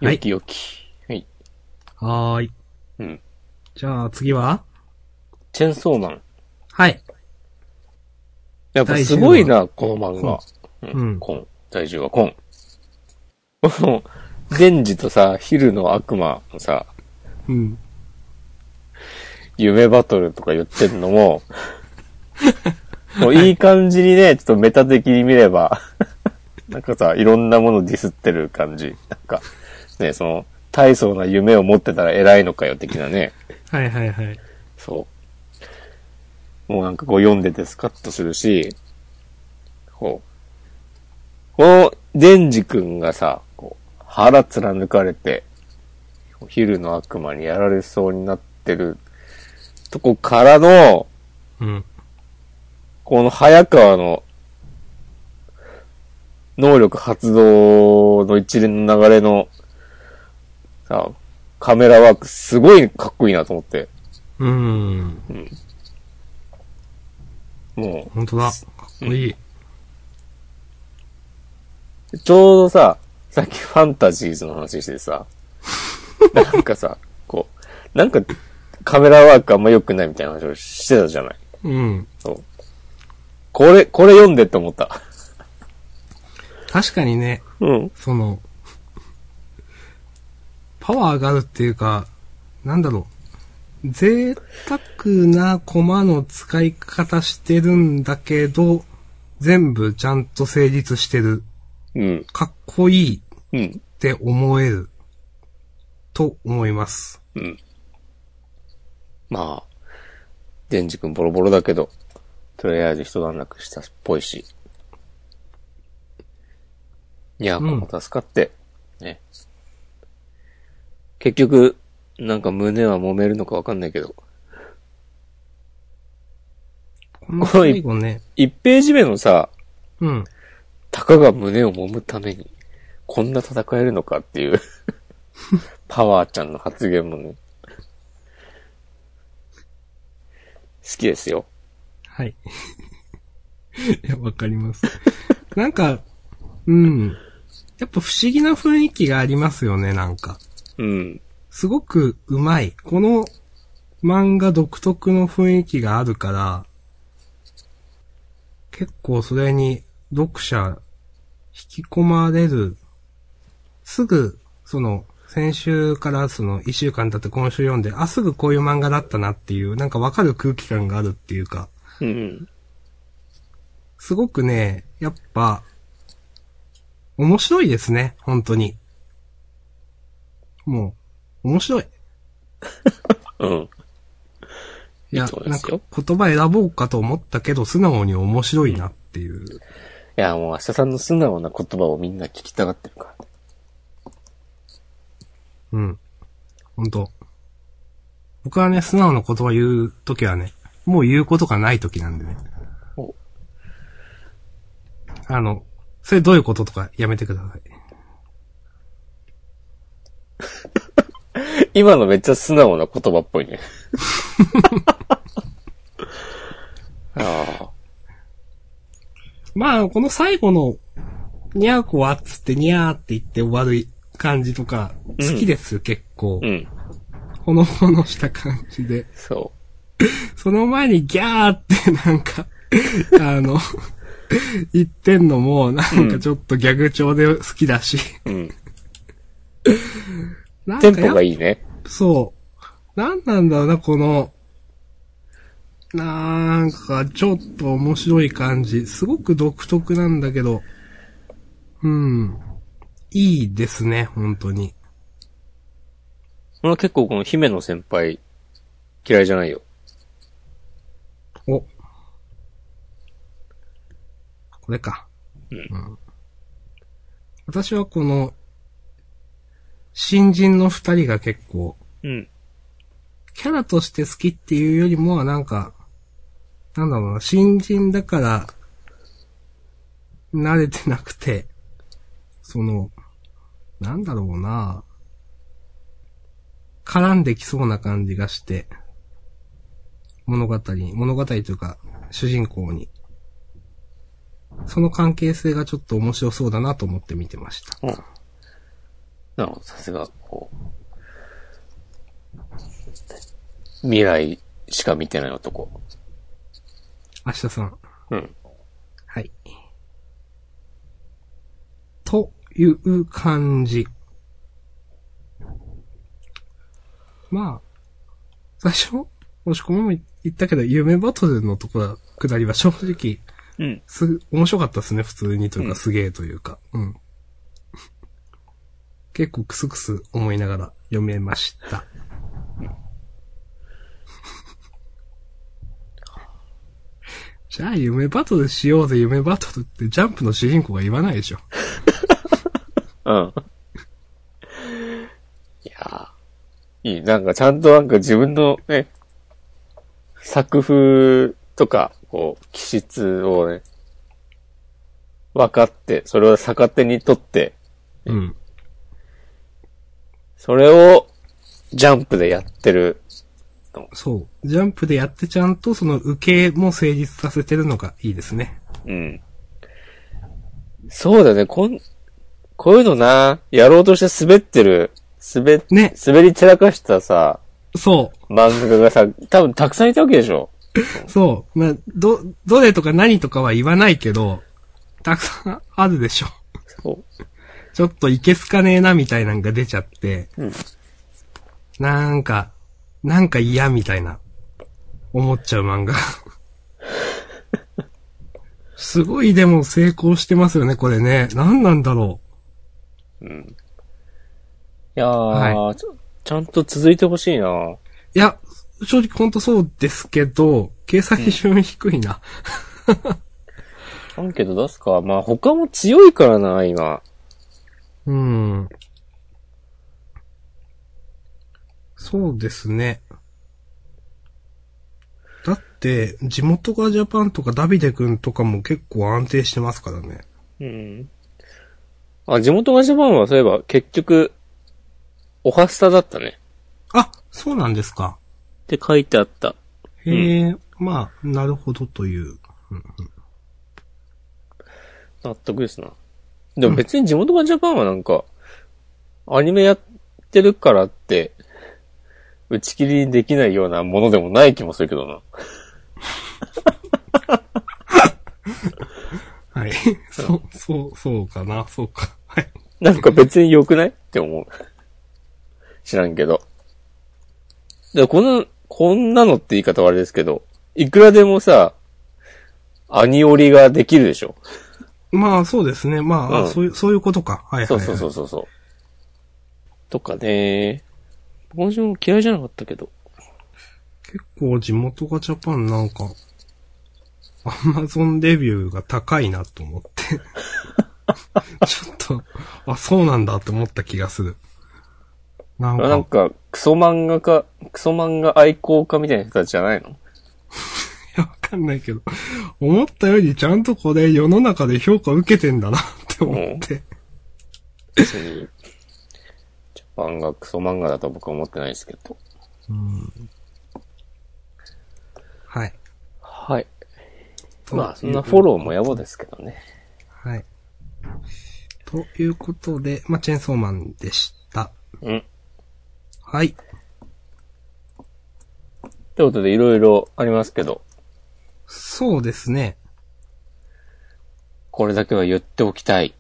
[SPEAKER 1] はい
[SPEAKER 2] 良き良き。はい。
[SPEAKER 1] はーい。
[SPEAKER 2] うん。
[SPEAKER 1] じゃあ、次は
[SPEAKER 2] チェンソーマン。
[SPEAKER 1] はい。
[SPEAKER 2] やっぱすごいな、この漫画。
[SPEAKER 1] う
[SPEAKER 2] うんん。コン。体重はコン。 [LAUGHS] この、デンジとさ、昼の悪魔のさ、
[SPEAKER 1] うん。
[SPEAKER 2] 夢バトルとか言ってんの [LAUGHS] も、もういい感じにね、ちょっとメタ的に見れば、 [LAUGHS] なんかさ、いろんなものディスってる感じ。なんか、ね、その、大層な夢を持ってたら偉いのかよ、的なね。
[SPEAKER 1] はいはいはい。
[SPEAKER 2] そう。もうなんかこう読んでてスカッとするし、こう、このデンジ君がさ、こう腹貫かれて、お昼の悪魔にやられそうになってるとこからの、
[SPEAKER 1] うん。
[SPEAKER 2] この早川の能力発動の一連の流れのさ、カメラワークすごいかっこいいなと思って。
[SPEAKER 1] うーん。
[SPEAKER 2] もう、
[SPEAKER 1] ほんとだ。かっこいい。
[SPEAKER 2] ちょうどさ、さっきファンタジーズの話してさ、なんかさ、こう、なんかカメラワークあんま良くないみたいな話をしてたじゃない。
[SPEAKER 1] うん。
[SPEAKER 2] そう。これ、これ読んでって思った。
[SPEAKER 1] 確かにね、
[SPEAKER 2] うん。
[SPEAKER 1] その、パワー上がるっていうか、なんだろう。贅沢な駒の使い方してるんだけど、全部ちゃんと成立してる。
[SPEAKER 2] うん。
[SPEAKER 1] かっこいいっ
[SPEAKER 2] うん。
[SPEAKER 1] て思える。と思います。
[SPEAKER 2] うん。まあ、デンジ君ボロボロだけど、とりあえず一段落したっぽいし。いや、
[SPEAKER 1] うん
[SPEAKER 2] もう助かって、ね。結局、なんか胸は揉めるのかわかんないけど、
[SPEAKER 1] この最後ね。
[SPEAKER 2] 一ページ目のさ、
[SPEAKER 1] うん。
[SPEAKER 2] たかが胸を揉むために、こんな戦えるのかっていう、 [LAUGHS] パワーちゃんの発言もね、好きですよ。
[SPEAKER 1] はい。 [LAUGHS] いや、わかります。なんか、うん。やっぱ不思議な雰囲気がありますよね、なんか。
[SPEAKER 2] うん。
[SPEAKER 1] すごくうまい。この漫画独特の雰囲気があるから、結構それに読者引き込まれる。すぐ、その、先週からその一週間経って今週読んで、あ、すぐこういう漫画だったなっていう、なんかわかる空気感があるっていうか、
[SPEAKER 2] うん。
[SPEAKER 1] すごくね、やっぱ、面白いですね、本当に。もう、面白い。
[SPEAKER 2] うん。
[SPEAKER 1] いや
[SPEAKER 2] いいと、思い
[SPEAKER 1] な
[SPEAKER 2] ま
[SPEAKER 1] ん
[SPEAKER 2] す
[SPEAKER 1] か
[SPEAKER 2] よ
[SPEAKER 1] 言葉選ぼうかと思ったけど、素直に面白いなっていう。
[SPEAKER 2] いや、もう明日さんの素直な言葉をみんな聞きたがってるから。 [LAUGHS]
[SPEAKER 1] うん。ほんと。僕はね、素直な言葉言うときはね、もう言うことがないときなんでね
[SPEAKER 2] お。
[SPEAKER 1] あの、それどういうこととかやめてください。
[SPEAKER 2] 今のめっちゃ素直な言葉っ
[SPEAKER 1] [LAUGHS]
[SPEAKER 2] ぽいね。 [LAUGHS] あ
[SPEAKER 1] まあ、この最後の、にゃーこはっつってにゃーって言って終わる感じとか、
[SPEAKER 2] うん
[SPEAKER 1] 好きです、結構
[SPEAKER 2] あ。う。ん。
[SPEAKER 1] ほのほのした感じで。
[SPEAKER 2] そ
[SPEAKER 1] その前にギャーって [LAUGHS] なんか、あの、言ってんのも、なんかちょっとギャグ調で好きだし。
[SPEAKER 2] う。うん。
[SPEAKER 1] なんか
[SPEAKER 2] テ
[SPEAKER 1] や
[SPEAKER 2] ンポがいいね。
[SPEAKER 1] そう。なんなんだろうな、この、なんかちょっと面白い感じ。すごく独特なんだけど、うん。いいですね、本当に。
[SPEAKER 2] 俺は結構この姫野先輩嫌いじゃないよ。
[SPEAKER 1] お。これか。
[SPEAKER 2] うん
[SPEAKER 1] 私はこの、新人の二人が結構、
[SPEAKER 2] うん。
[SPEAKER 1] キャラとして好きっていうよりもはなんか、なんだろうな、新人だから、慣れてなくて、その、なんだろうな、絡んできそうな感じがして、物語に、物語というか、主人公に。その関係性がちょっと面白そうだなと思って見てました。
[SPEAKER 2] うん。なるほど、さすが、こう。未来しか見てない男。
[SPEAKER 1] 明日さん。
[SPEAKER 2] うん。
[SPEAKER 1] はい。という感じ。まあ、最初、もしこも言ったけど、夢バトルのところ、下りは正直、
[SPEAKER 2] うん。
[SPEAKER 1] す、面白かったですね、普通にという
[SPEAKER 2] うん
[SPEAKER 1] か、すげえというか、うん。結構クスクス思いながら読めました。じゃあ、夢バトルしようぜ、夢バトルってジャンプの主人公が言わないでしょ。
[SPEAKER 2] うん。 [LAUGHS] いやーいい。なんかちゃんとなんか自分のね、作風とか、こう、気質をね、分かって、それを逆手に取って、
[SPEAKER 1] うん。
[SPEAKER 2] それをジャンプでやってる。
[SPEAKER 1] そう。ジャンプでやってちゃんとその受けも成立させてるのがいいですね。
[SPEAKER 2] うん。そうだね、こん、こういうのな、やろうとして滑ってる、滑、
[SPEAKER 1] ね
[SPEAKER 2] 滑り散らかしたさ、
[SPEAKER 1] そう。
[SPEAKER 2] 漫画家がさ、多分たくさんいたわけでしょ
[SPEAKER 1] そう。まあ、ど、どれとか何とかは言わないけど、たくさんあるでしょ。 [LAUGHS]
[SPEAKER 2] そう。
[SPEAKER 1] ちょっといけすかねえなみたいなんが出ちゃって、
[SPEAKER 2] うん
[SPEAKER 1] なんか、なんか嫌みたいな、思っちゃう
[SPEAKER 2] [LAUGHS]
[SPEAKER 1] 漫画。すごいでも成功してますよね、これね。何なんだろ
[SPEAKER 2] うんいやー、
[SPEAKER 1] は
[SPEAKER 2] ちょちゃんと続いてほしいな
[SPEAKER 1] う。いや、正直ほんとそうですけど、掲載順低いな。
[SPEAKER 2] アンケート出すか。まあ他も強いからな、今。
[SPEAKER 1] うん。そうですね。だって、地元がジャパンとかダビデ君とかも結構安定してますからね。
[SPEAKER 2] うん。あ、地元がジャパンはそういえば結局、おはスタだったね。
[SPEAKER 1] あ、そうなんですか。
[SPEAKER 2] って書いてあった。
[SPEAKER 1] へえ、まあ、なるほどという。
[SPEAKER 2] 納得ですな。でも別に地元がジャパンはなんか、アニメやってるからって、打ち切りできないようなものでもない気もするけどな。
[SPEAKER 1] はい。 [LAUGHS] そう、そう、そうかな、そうか。はい。
[SPEAKER 2] なんか別に良くないって思う。知らんけど。で、こんな、こんなのって言い方はあれですけど、いくらでもさ、アニオリができるでしょ。
[SPEAKER 1] まあ、そうですね。まあ、
[SPEAKER 2] うん
[SPEAKER 1] そういう、そういうことか。はいはい、はい。
[SPEAKER 2] そうそうそうそうそう。とかね。今週も嫌いじゃなかったけど。
[SPEAKER 1] 結構地元がジャパンなんか、アマゾンレビューが高いなと思
[SPEAKER 2] [LAUGHS]
[SPEAKER 1] って。ちょっと、あ、そうなんだって思った気がする。なん
[SPEAKER 2] なん
[SPEAKER 1] か、
[SPEAKER 2] か、クソ漫画家、クソ漫画愛好家みたいな人たちじゃないの
[SPEAKER 1] いやわかんないけど、思ったよりちゃんとこれ世の中で評価受けてんだなって思って。
[SPEAKER 2] 別に。ジャパンがクソ漫画だとは僕は思ってないですけど。
[SPEAKER 1] はい。
[SPEAKER 2] はい。まあ、そんなフォローも野暮ですけどね。
[SPEAKER 1] はい。ということで、まあ、チェーンソーマンでした。
[SPEAKER 2] うん。
[SPEAKER 1] はい。
[SPEAKER 2] ということで、いろいろありますけど、
[SPEAKER 1] そうですね。
[SPEAKER 2] これだけは言っておきたい。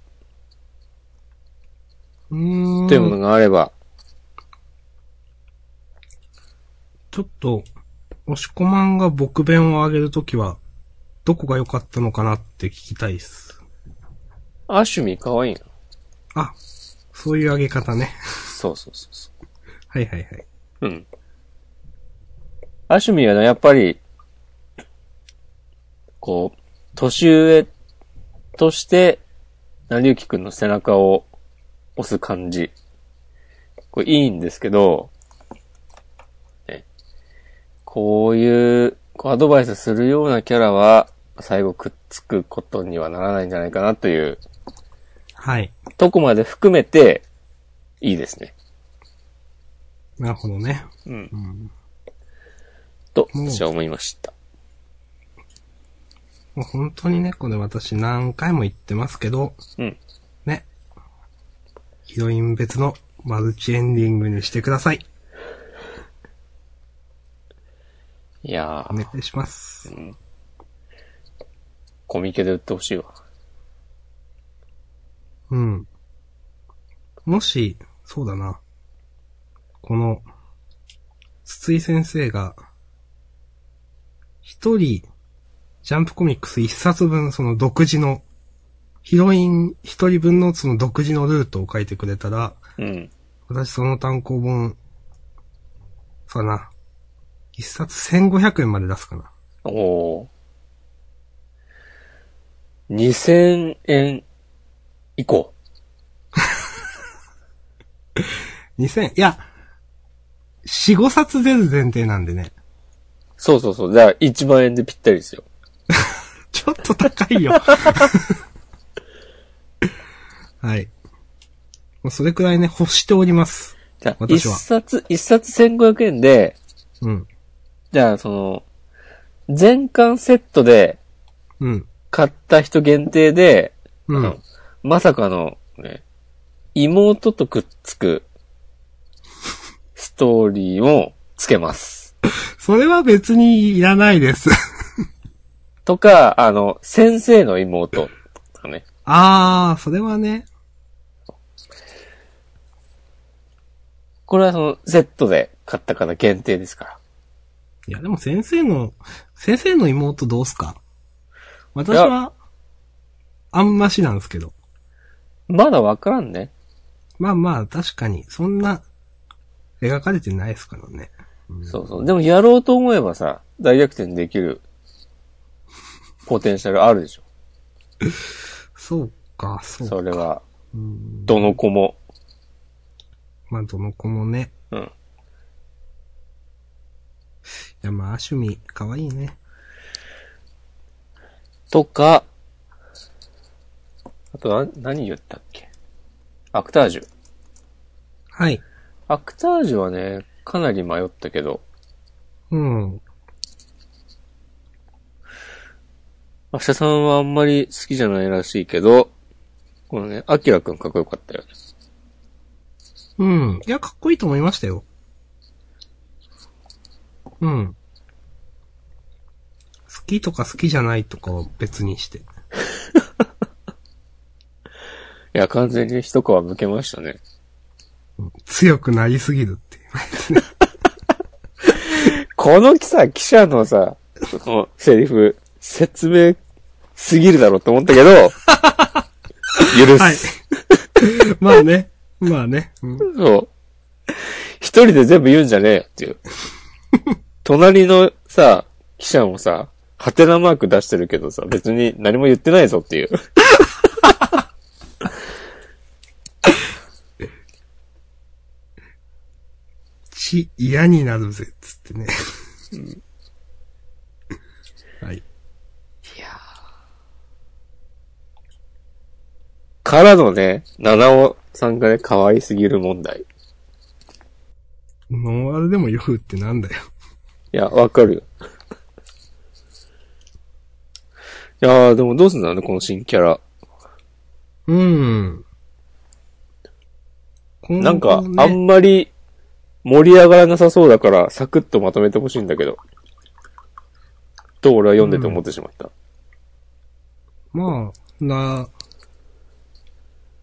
[SPEAKER 1] うーん。
[SPEAKER 2] というものがあれば、
[SPEAKER 1] ちょっと、押し込まんが僕弁を上げるときは、どこが良かったのかなって聞きたいです。
[SPEAKER 2] アシュミ可愛いな。
[SPEAKER 1] あ、そういう上げ方ね。 [LAUGHS]
[SPEAKER 2] そうそうそうそ
[SPEAKER 1] はいはいはい。
[SPEAKER 2] う。うん。アシュミはね、やっぱり、こう、年上として、成幸くんの背中を押す感じ。これいいんですけど、ね、こういう、こうアドバイスするようなキャラは、最後くっつくことにはならないんじゃないかなという
[SPEAKER 1] はい。
[SPEAKER 2] とこまで含めて、いいですね。
[SPEAKER 1] なるほどね。
[SPEAKER 2] うん。
[SPEAKER 1] ん
[SPEAKER 2] と、私は思いました。
[SPEAKER 1] もう本当にね、これ私何回も言ってますけど、
[SPEAKER 2] うん。
[SPEAKER 1] ね。ヒロイン別のマルチエンディングにしてください。
[SPEAKER 2] いや
[SPEAKER 1] お
[SPEAKER 2] ー、
[SPEAKER 1] 願いします。
[SPEAKER 2] コミケで売ってほしいわ。
[SPEAKER 1] うん。もし、そうだな。この、筒井先生が、一人、ジャンプコミックス一冊分、その独自の、ヒロイン一人分のその独自のルートを書いてくれたら、
[SPEAKER 2] うん。
[SPEAKER 1] 私その単行本、そうだな。一冊1500円まで出すかな。
[SPEAKER 2] おー。2000円以降。
[SPEAKER 1] 2000、いや、4、5冊出る前提なんでね。
[SPEAKER 2] そうそうそう。だから1万円でぴったりですよ。
[SPEAKER 1] ちょっと高いよ。 [LAUGHS] はい。もうそれくらいね、欲しております。
[SPEAKER 2] じゃあ、一
[SPEAKER 1] 私は
[SPEAKER 2] 冊、一冊1500円で、
[SPEAKER 1] うん。
[SPEAKER 2] じゃあ、その、全巻セットで
[SPEAKER 1] うん。
[SPEAKER 2] 買った人限定で、
[SPEAKER 1] う
[SPEAKER 2] あ
[SPEAKER 1] ん
[SPEAKER 2] の。まさかの、ね、妹とくっつく、ストーリーをつけます。
[SPEAKER 1] それは別にいらない [LAUGHS] です。
[SPEAKER 2] とか、あの、先生の妹とかね。
[SPEAKER 1] あー、それはね。
[SPEAKER 2] これはその、セットで買った方限定ですから。
[SPEAKER 1] いや、でも先生の、先生の妹どうすか私
[SPEAKER 2] い
[SPEAKER 1] は、あんましなんですけど。
[SPEAKER 2] まだわからんね。
[SPEAKER 1] まあまあ、確かに、そんな、描かれてないですからね。
[SPEAKER 2] そうそう。でもやろうと思えばさ、大逆転できる、ポテンシャルあるでしょ。
[SPEAKER 1] そうか、そう。
[SPEAKER 2] それは、
[SPEAKER 1] うん
[SPEAKER 2] どの子も。
[SPEAKER 1] まあ、どの子もね。
[SPEAKER 2] うん。
[SPEAKER 1] いや、まあ、趣味、かわいいね。
[SPEAKER 2] とか、あとな、何言ったっけアクタージュ。
[SPEAKER 1] はい。
[SPEAKER 2] アクタージュはね、かなり迷ったけど、
[SPEAKER 1] うん。
[SPEAKER 2] 明日さんはあんまり好きじゃないらしいけど、このね、アキラくんかっこよかったよね。
[SPEAKER 1] うん。いや、かっこいいと思いましたよ。うん。好きとか好きじゃないとかは別にして。
[SPEAKER 2] いや、完全に一皮むけましたね。
[SPEAKER 1] 強くなりすぎるっていう。
[SPEAKER 2] このさ、記者のさ、そのセリフ、説明すぎるだろうと思った
[SPEAKER 1] [LAUGHS]
[SPEAKER 2] けど、許す。
[SPEAKER 1] はい [LAUGHS] まあね。まあね。うん
[SPEAKER 2] そう。一人で全部言うんじゃねえよっていう。隣のさ、記者もさ、ハテナマーク出してるけどさ、別に何も言ってないぞっていう。
[SPEAKER 1] ち、嫌になるぜ、つってね。はい。
[SPEAKER 2] からのね、七尾さんがね、可愛すぎる問題。い
[SPEAKER 1] ノンアルでも酔うってなんだよ。
[SPEAKER 2] や、わかるよ。いやー、でもどうすんだろうね、この新キャラ。
[SPEAKER 1] うん。今後ね
[SPEAKER 2] なんか、あんまり盛り上がらなさそうだから、サクッとまとめてほしいんだけど。と俺は読んでて思ってしまった。
[SPEAKER 1] まあ、な、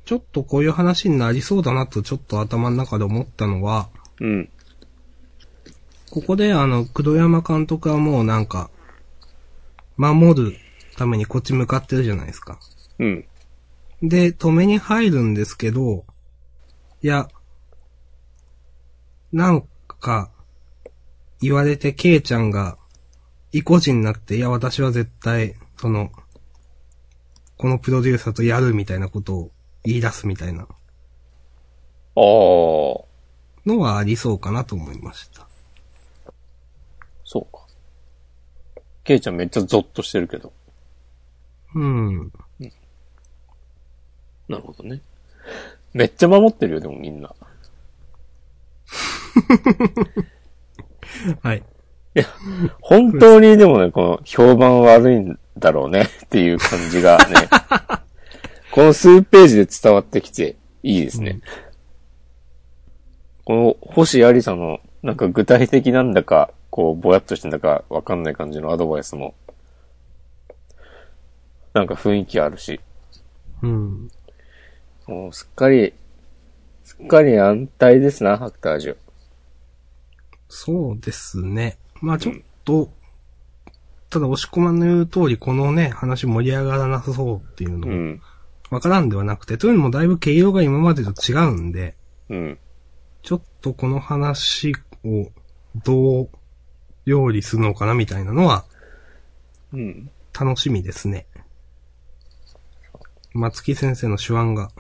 [SPEAKER 1] ちょっとこういう話になりそうだなとちょっと頭の中で思ったのは、
[SPEAKER 2] うん。
[SPEAKER 1] ここであの、黒山監督はもうなんか、守るためにこっち向かってるじゃないですか。
[SPEAKER 2] うん。
[SPEAKER 1] で、止めに入るんですけど、いや、なんか、言われて、ケイちゃんが、意固地になって、いや、私は絶対、その、このプロデューサーとやるみたいなことを言い出すみたいな
[SPEAKER 2] ああ、
[SPEAKER 1] のはありそうかなと思いました。
[SPEAKER 2] そうか。ケイちゃんめっちゃゾッとしてるけど。
[SPEAKER 1] うん。
[SPEAKER 2] なるほどね。めっちゃ守ってるよ、でもみんな。
[SPEAKER 1] はい。
[SPEAKER 2] 本当にでもね、この評判悪いんだろうね [LAUGHS] っていう感じがね、 [LAUGHS] この数ページで伝わってきていいですね。この星ありさのなんか具体的なんだか、こうぼやっとしてんだかわかんない感じのアドバイスも、なんか雰囲気あるし、
[SPEAKER 1] うん。
[SPEAKER 2] もうすっかり、すっかり安泰ですな、ハクタージュ。
[SPEAKER 1] そうですね。まあちょっと、ただ、押し込まんの言う通り、このね、話盛り上がらなさそうっていうの
[SPEAKER 2] う
[SPEAKER 1] を、
[SPEAKER 2] ん。
[SPEAKER 1] わからんではなくて、というのもだいぶ形容が今までと違うんで、
[SPEAKER 2] うん。
[SPEAKER 1] ちょっとこの話をどう料理するのかなみたいなのは
[SPEAKER 2] うん。
[SPEAKER 1] 楽しみですね。松木先生の手腕が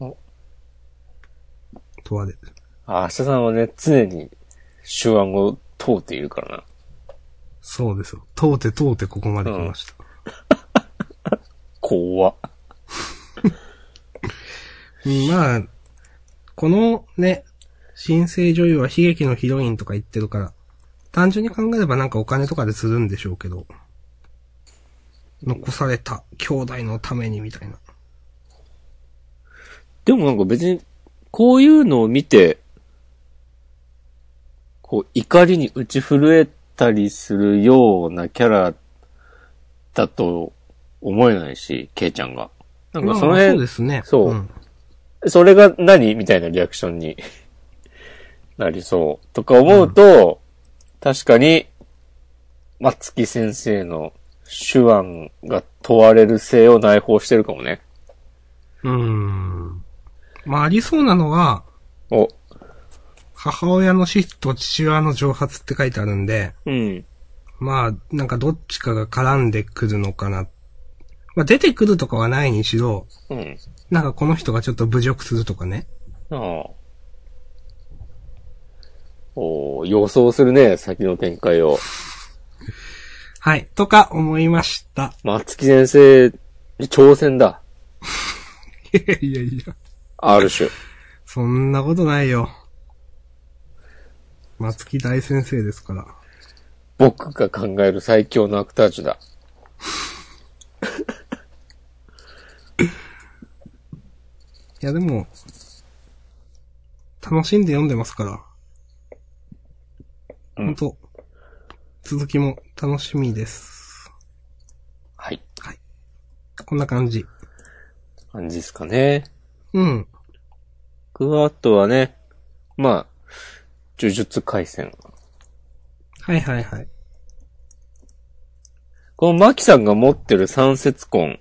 [SPEAKER 2] お、
[SPEAKER 1] 問われる。
[SPEAKER 2] あ、明日さんはね、常に手腕を問うているからな。
[SPEAKER 1] そうですよ。通って通ってここまで来ました。
[SPEAKER 2] 怖っ。
[SPEAKER 1] うんまあ、このね、新生女優は悲劇のヒロインとか言ってるから、単純に考えればなんかお金とかでするんでしょうけど、残された兄弟のためにみたいな。
[SPEAKER 2] でもなんか別に、こういうのを見て、こう、怒りに打ち震えたりするようなキャラだと思えないし、ケイちゃんが。なんかその
[SPEAKER 1] まあそう
[SPEAKER 2] 辺、
[SPEAKER 1] ですね。
[SPEAKER 2] そうんそれが何みたいなリアクションに [LAUGHS] なりそう。とか思うと、確かに、松木先生の手腕が問われる性を内包してるかもね。
[SPEAKER 1] うーん。まあありそうなのは、
[SPEAKER 2] お、
[SPEAKER 1] 母親の死と父親の蒸発って書いてあるんで、
[SPEAKER 2] うん。
[SPEAKER 1] まあ、なんかどっちかが絡んでくるのかな。まあ出てくるとかはないにしろ、
[SPEAKER 2] うん。
[SPEAKER 1] なんかこの人がちょっと侮辱するとかね。
[SPEAKER 2] ああ。おー予想するね、先の展開を。
[SPEAKER 1] はい。とか思いました。 [LAUGHS]
[SPEAKER 2] 松木先生に挑戦だ。
[SPEAKER 1] いやいやいや。
[SPEAKER 2] ある種。
[SPEAKER 1] そんなことないよ。松木大先生ですから。
[SPEAKER 2] 僕が考える最強のアクタージュだ。
[SPEAKER 1] いや、でも、楽しんで読んでますから。
[SPEAKER 2] う
[SPEAKER 1] 本
[SPEAKER 2] ん
[SPEAKER 1] 当続きも楽しみです。
[SPEAKER 2] はい。
[SPEAKER 1] こんな感じ。
[SPEAKER 2] 感じですかね。
[SPEAKER 1] うん。
[SPEAKER 2] 僕はあとはね、まあ、呪術回戦。
[SPEAKER 1] はいはいはい。
[SPEAKER 2] このマキさんが持ってる三節痕。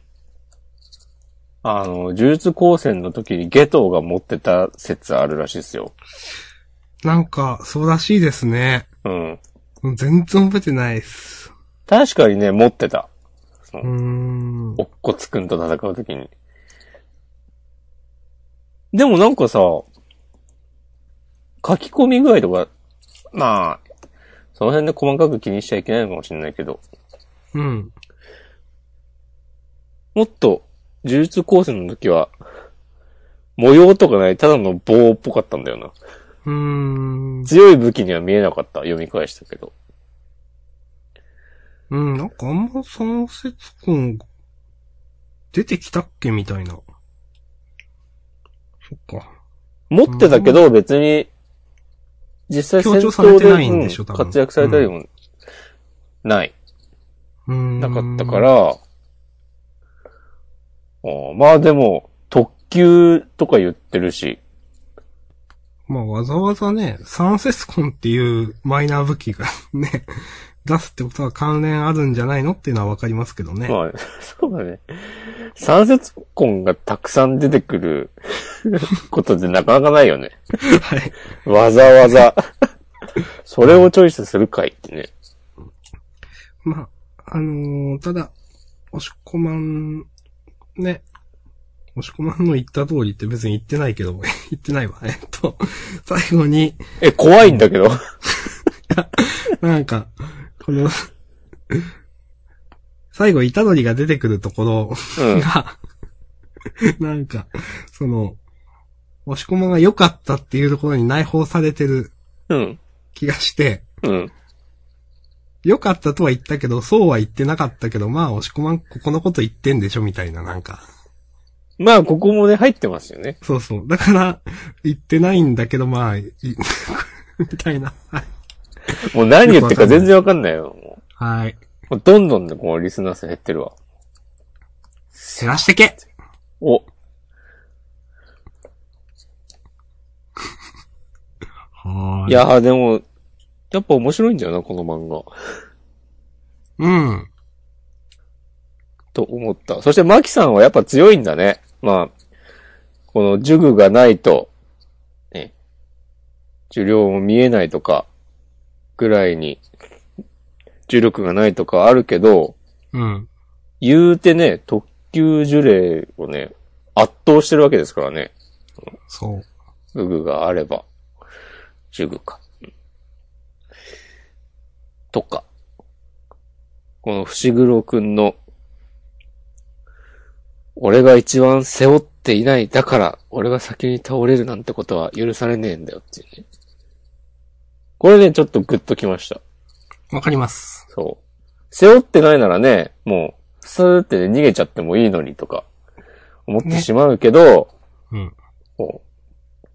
[SPEAKER 2] あの、呪術高専の時にゲトウが持ってた説あるらしいですよ。
[SPEAKER 1] なんか、そうらしいですね。
[SPEAKER 2] うん。
[SPEAKER 1] 全然覚えてないっす。
[SPEAKER 2] 確かにね、持ってた。
[SPEAKER 1] うーん。
[SPEAKER 2] おっこつくんと戦う時に。でもなんかさ、書き込み具合とか、まあ、その辺で細かく気にしちゃいけないのかもしれないけど、
[SPEAKER 1] うん。
[SPEAKER 2] もっと、呪術高専の時は、模様とかない、ただの棒っぽかったんだよな。
[SPEAKER 1] うーん。
[SPEAKER 2] 強い武器には見えなかった。読み返したけど。
[SPEAKER 1] うん、なんかあんま三節君、出てきたっけみたいな。そっか。
[SPEAKER 2] 持ってたけど、別に、実際戦
[SPEAKER 1] 強調され
[SPEAKER 2] 闘
[SPEAKER 1] て
[SPEAKER 2] で
[SPEAKER 1] ないんでしょ
[SPEAKER 2] うん
[SPEAKER 1] 多分
[SPEAKER 2] 活躍されたりも、ない。
[SPEAKER 1] うーん。
[SPEAKER 2] なかったか。ら、あーまあでも、特急とか言ってるし、
[SPEAKER 1] まあわざわざね、三節君っていうマイナー武器がね、 [LAUGHS] 出すってことは関連あるんじゃないのっていうのはわかりますけどね。
[SPEAKER 2] まあ、 [LAUGHS] そうだね。三節痕がたくさん出てくることってなかなかないよね。
[SPEAKER 1] はい。
[SPEAKER 2] わざわざ。それをチョイスするかいってね。
[SPEAKER 1] まあ、あのーただ、押し込まん、ね、押し込まんの言った通りって別に言ってないけど、 [LAUGHS] 言ってないわ。えっと、最後に、
[SPEAKER 2] え、怖いんだけど。
[SPEAKER 1] なんか、この、最後、虎杖が出てくるところ
[SPEAKER 2] うん。
[SPEAKER 1] [LAUGHS] が、なんか、その、押し込まんが良かったっていうところに内包されてる
[SPEAKER 2] うん。
[SPEAKER 1] 気がして、
[SPEAKER 2] うん。
[SPEAKER 1] 良かったとは言ったけど、そうは言ってなかったけど、まあ、押し込まん、ここのこと言ってんでしょ、みたいな、なんか。
[SPEAKER 2] まあ、ここもね、入ってますよね。
[SPEAKER 1] そうそう。だから、言ってないんだけど、まあ、い [LAUGHS] みたいな。はい
[SPEAKER 2] もう何言ってるか全然わかんないよ。も
[SPEAKER 1] はい。
[SPEAKER 2] うもうどんどんね、こう、リスナー数減ってるわ。
[SPEAKER 1] せらしてけ
[SPEAKER 2] お、
[SPEAKER 1] はい
[SPEAKER 2] やーでも、やっぱ面白いんだよな、この漫画。
[SPEAKER 1] うん。
[SPEAKER 2] と思った。そして、マキさんはやっぱ強いんだね。まあ、この、ジュグがないと、ね、受領も見えないとか、ぐらいに、呪力がないとかあるけど、
[SPEAKER 1] うん。
[SPEAKER 2] 言うてね、特級呪霊をね、圧倒してるわけですからね。
[SPEAKER 1] そう。
[SPEAKER 2] ジュグがあれば。ジュグか。とか。この伏黒くんの、俺が一番背負っていない、だから、俺が先に倒れるなんてことは許されねえんだよっていうね。これね、ちょっとグッときました。
[SPEAKER 1] わかります。
[SPEAKER 2] そう。背負ってないならね、もう、スーってね逃げちゃってもいいのにとか、思って
[SPEAKER 1] ね
[SPEAKER 2] しまうけど、
[SPEAKER 1] うん。
[SPEAKER 2] こう、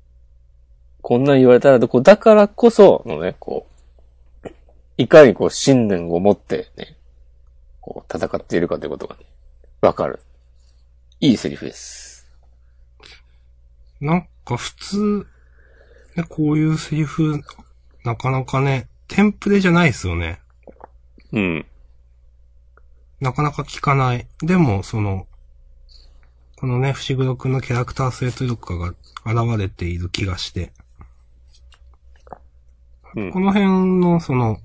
[SPEAKER 2] こんなん言われたら、こう、だからこそのね、こう、いかにこう、信念を持ってね、こう、戦っているかということがね、わかる。いいセリフです。
[SPEAKER 1] なんか普通、ね、こういうセリフ、なかなかね、テンプレじゃないですよね。
[SPEAKER 2] うん。
[SPEAKER 1] なかなか聞かない。でも、その、このね、伏黒くんのキャラクター性というかが現れている気がして。
[SPEAKER 2] うん
[SPEAKER 1] こ。の辺の、その、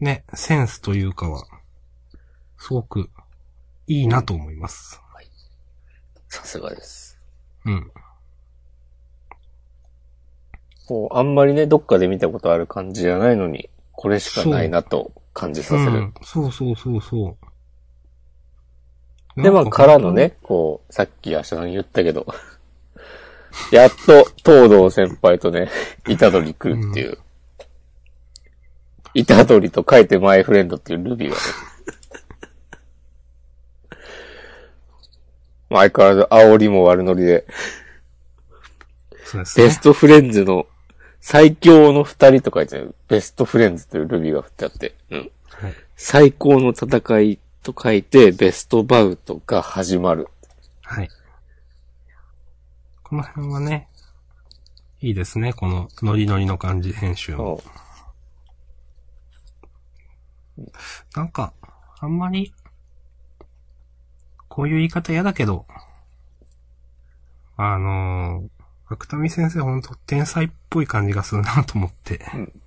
[SPEAKER 1] ね、センスというかは、すごく、いいなと思います。
[SPEAKER 2] さすがです。
[SPEAKER 1] うん。
[SPEAKER 2] こう、あんまりね、どっかで見たことある感じじゃないのに、これしかないなと感じさせ
[SPEAKER 1] う
[SPEAKER 2] る
[SPEAKER 1] ん。そうそうそうそう。
[SPEAKER 2] で、ま
[SPEAKER 1] な
[SPEAKER 2] あ、
[SPEAKER 1] ん
[SPEAKER 2] からの。ね、こう、さっき明日さん言ったけど、 [LAUGHS] やっと、東堂先輩とね、イタドリ食うっていう。イタドリと書いてマイフレンドっていうルビーが [LAUGHS] ね。まあ相変わらず煽りも悪ノリで、
[SPEAKER 1] そうです
[SPEAKER 2] ベ
[SPEAKER 1] ね
[SPEAKER 2] ス。トフレンズの最強の二人とか言ってある、ベストフレンズというルビーが振ってあって、うん。
[SPEAKER 1] はい。
[SPEAKER 2] 最高の戦いと書いて、ベストバウトが始まる。
[SPEAKER 1] はい。この辺はね、いいですね。このノリノリの感じ、編集も。
[SPEAKER 2] そ
[SPEAKER 1] なんか、あんまり、こういう言い方嫌だけど、あのー、芥見先生ほんと天才っぽい感じがするなと思って、
[SPEAKER 2] うん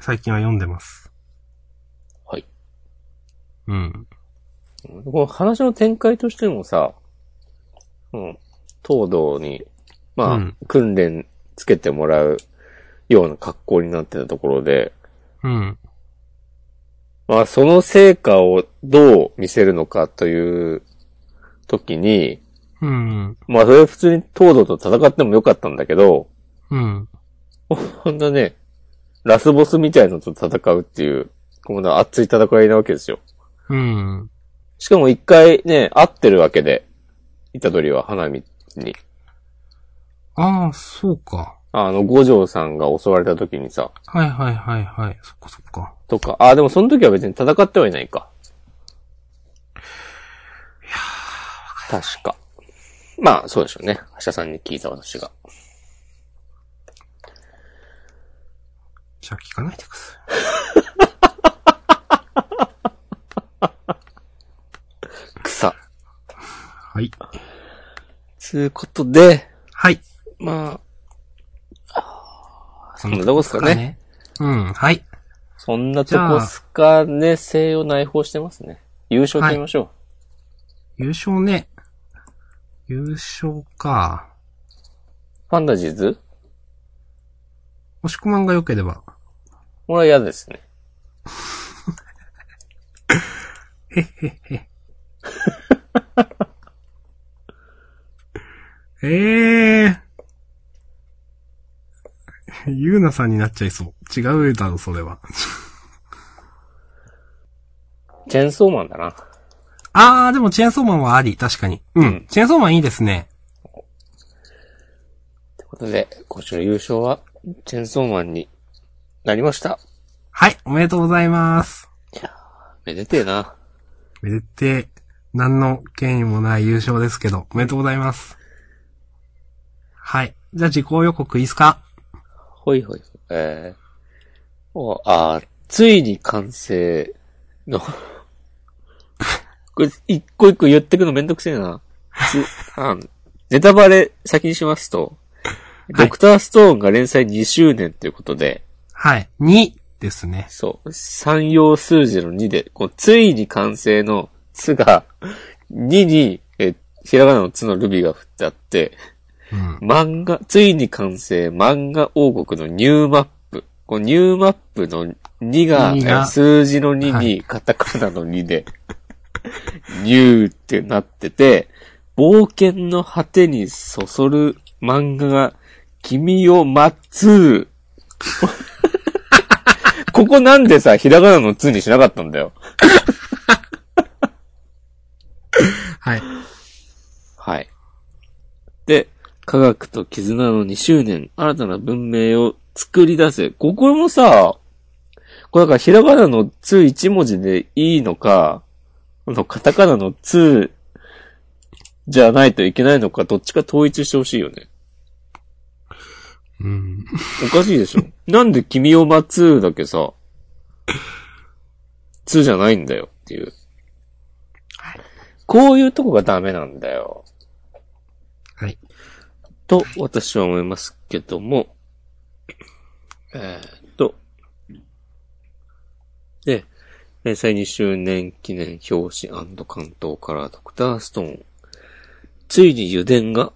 [SPEAKER 1] 最近は読んでます。
[SPEAKER 2] はい。
[SPEAKER 1] うん。
[SPEAKER 2] う。この話の展開としてもさ、うん。東堂に、まあ、
[SPEAKER 1] うん
[SPEAKER 2] 訓練つけてもらうような格好になってたところで、
[SPEAKER 1] うん。
[SPEAKER 2] まあ、その成果をどう見せるのかという時に、
[SPEAKER 1] うん。
[SPEAKER 2] まあ、それは普通に東堂と戦ってもよかったんだけど、
[SPEAKER 1] うん。
[SPEAKER 2] ほんとね、ラスボスみたいのと戦うっていう、この熱い戦いなわけですよ。
[SPEAKER 1] うん。
[SPEAKER 2] しかも一回ね、会ってるわけで、イタドリは花見に。
[SPEAKER 1] ああ、そうか。
[SPEAKER 2] あの、五条さんが襲われた時にさ、
[SPEAKER 1] はいはいはいはい。そっかそっか。
[SPEAKER 2] とか、あ、でもその時は別に戦ってはいないか。確か。まあ、そうでしょうね。橋田さんに聞いた私が。
[SPEAKER 1] じゃあ聞かないでください。
[SPEAKER 2] 草。
[SPEAKER 1] はい。
[SPEAKER 2] つうことで、
[SPEAKER 1] はい。
[SPEAKER 2] まあ、そ
[SPEAKER 1] そ
[SPEAKER 2] んなとこっすかね。
[SPEAKER 1] うん、はい。
[SPEAKER 2] そんなとこっすかね、西洋内包してますね。優勝決めましょう。
[SPEAKER 1] 優勝ね。優勝か。
[SPEAKER 2] ファンタジーズ
[SPEAKER 1] 押し込まんが良ければ。
[SPEAKER 2] これは嫌ですね。
[SPEAKER 1] へっへっへ。ええー。 [LAUGHS] ゆうなさんになっちゃいそう。違うだろ、それは。
[SPEAKER 2] チェンソーマンだな。
[SPEAKER 1] あー、でもチェーンソーマンはあり、確かに。うん。
[SPEAKER 2] うん
[SPEAKER 1] チェーンソーマンいいですね。
[SPEAKER 2] ということで、今週の優勝は、チェンソーマンになりました。
[SPEAKER 1] はい、おめでとうございます。
[SPEAKER 2] めでてえな。
[SPEAKER 1] めでてえ、何の権威もない優勝ですけど、おめでとうございます。はい。じゃあ、時効予告いいっすか
[SPEAKER 2] ほいほい。えー、おあーついに完成の。 [LAUGHS] これ、一個一個言ってくのめんどくせえな。つあネタバレ先にしますと、
[SPEAKER 1] はい
[SPEAKER 2] ドクターストーンが連載2周年ということで、
[SPEAKER 1] はい。2ですね。
[SPEAKER 2] そう。三用数字の2で、こう、ついに完成のつが、2に、え、ひらがなのつのルビーが振ってあって、
[SPEAKER 1] うん。
[SPEAKER 2] 漫画、ついに完成、漫画王国のニューマップ。こう、ニューマップの2が、
[SPEAKER 1] 二が
[SPEAKER 2] え数字の2
[SPEAKER 1] は
[SPEAKER 2] に、カタカナの2で、ニューってなってて、冒険の果てにそそる漫画が、君を待
[SPEAKER 1] [LAUGHS]
[SPEAKER 2] つ。ここなんでさ、ひらがなの2にしなかったんだよ。
[SPEAKER 1] はい。
[SPEAKER 2] はい。で、科学と絆の2周年、新たな文明を作り出せ。ここもさ、これだからひらがなの2一文字でいいのか、このカタカナの2じゃないといけないのか、どっちか統一してほしいよね。
[SPEAKER 1] うん。
[SPEAKER 2] おかしいでしょなんで君を待つだけさ、2じゃないんだよっていう。こういうとこがダメなんだよ。
[SPEAKER 1] はい。
[SPEAKER 2] と、私は思いますけども、えーっと、で、連載2周年記念表紙関東カラードクターストーン。ついに油田が、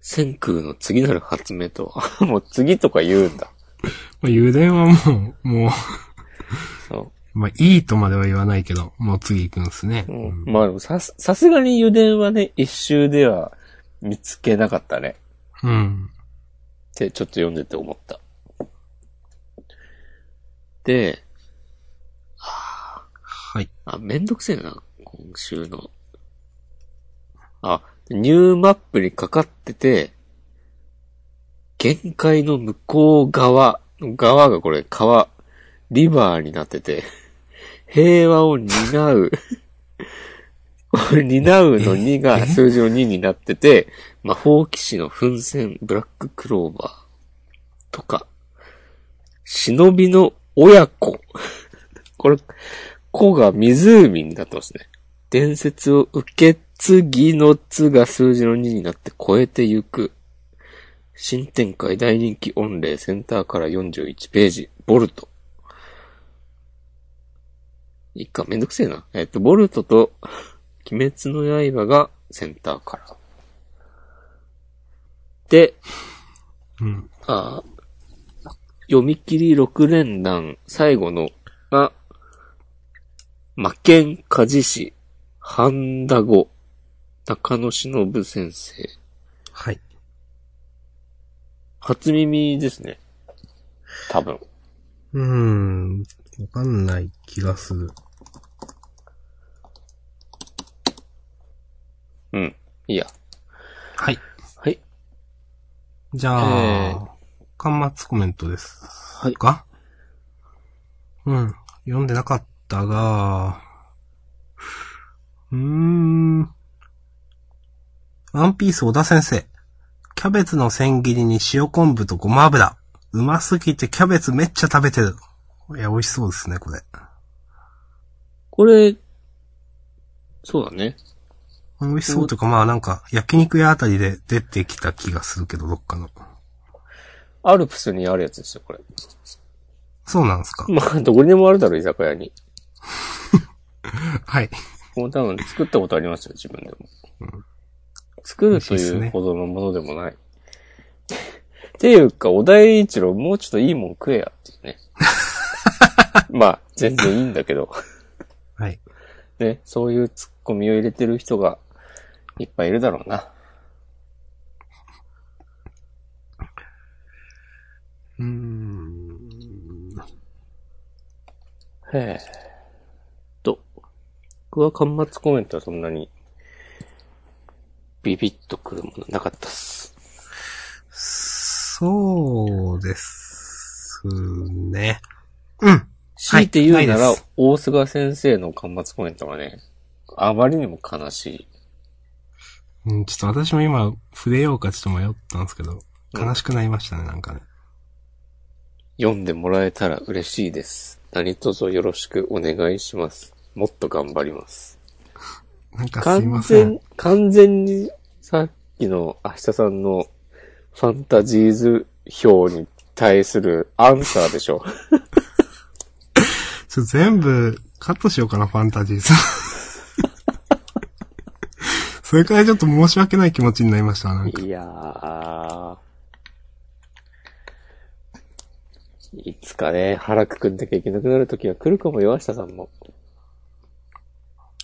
[SPEAKER 2] 千空の次なる発明と、 [LAUGHS] あもう次とか言うんだ。
[SPEAKER 1] まあ、油田はもう、も、
[SPEAKER 2] そう
[SPEAKER 1] まあ、いいとまでは言わないけど、もう次行くんですね。
[SPEAKER 2] う。
[SPEAKER 1] うん
[SPEAKER 2] まあでもさす、さすがに油田はね、一周では見つけなかったね。
[SPEAKER 1] うん。
[SPEAKER 2] って、ちょっと読んでて思った。で、
[SPEAKER 1] はい。
[SPEAKER 2] あ、めんどくせえな、今週の。あ、ニューマップにかかってて、限界の向こう側、側がこれ川、リバーになってて、平和を担う、 [LAUGHS] これ担うの2が数字の2になってて、魔法騎士の噴泉、ブラッククローバーとか、忍びの親子。これ、子が湖になってますね。伝説を受け継ぎのつが数字の2になって超えてゆく。新展開大人気御礼センターから41ページ。ボルト。いっか、めんどくせえな。えっと、ボルトと鬼滅の刃がセンターから。で、
[SPEAKER 1] うん。
[SPEAKER 2] あー読み切り6連弾、最後のが、魔剣鍛冶師、ハンダゴ、中野忍先生。
[SPEAKER 1] はい。
[SPEAKER 2] 初耳ですね。多分。
[SPEAKER 1] うーん。わかんない気がする。
[SPEAKER 2] うん。いいや。
[SPEAKER 1] はい。
[SPEAKER 2] はい。
[SPEAKER 1] じゃあ、
[SPEAKER 2] えー
[SPEAKER 1] 端末コメントです。
[SPEAKER 2] はい
[SPEAKER 1] かうん。読んでなかったが、うーん。ワンピース小田先生。キャベツの千切りに塩昆布とごま油。うますぎてキャベツめっちゃ食べてる。いや、美味しそうですね、これ。
[SPEAKER 2] これ、そうだね。
[SPEAKER 1] 美味しそうというか、まあなんか、焼肉屋あたりで出てきた気がするけど、どっかの。
[SPEAKER 2] アルプスにあるやつですよ、これ。 [LAUGHS]
[SPEAKER 1] そうなんですか
[SPEAKER 2] まあ、どこにでもあるだろう、居酒屋に。
[SPEAKER 1] はい。
[SPEAKER 2] もう多分作ったことありますよ、自分でも。作るというほどのものでもない。っていうか、小田栄一郎、もうちょっといいもん食えや、っていうね。 [LAUGHS] まあ、全然いいんだけど。
[SPEAKER 1] はい。
[SPEAKER 2] ね、そういうツッコミを入れてる人がいっぱいいるだろうな。
[SPEAKER 1] うーん。
[SPEAKER 2] へえ。と、僕は端末コメントはそんなにビビッとくるものなかったっす。
[SPEAKER 1] そうですね。うん。
[SPEAKER 2] 強いて言う
[SPEAKER 1] な
[SPEAKER 2] なら
[SPEAKER 1] いです、
[SPEAKER 2] 大須賀先生の端末コメントがね、あまりにも悲しい。
[SPEAKER 1] うん、ちょっと私も今、触れようかちょっと迷ったんですけど、悲しくなりましたね、なんかね。
[SPEAKER 2] 読んでもらえたら嬉しいです。何卒よろしくお願いします。もっと頑張ります。
[SPEAKER 1] なんかすい
[SPEAKER 2] 完
[SPEAKER 1] ません
[SPEAKER 2] 全。、完全にさっきの明日さんのファンタジーズ表に対するアンサーでしょ。
[SPEAKER 1] ちょ全部、カットしようかな、ファンタジーズ。 [LAUGHS] それからいちょっと申し訳ない気持ちになりました、なんか。
[SPEAKER 2] いやー。いつかね、腹くくんなきゃいけなくなる時が来るかもよ、明日さんも。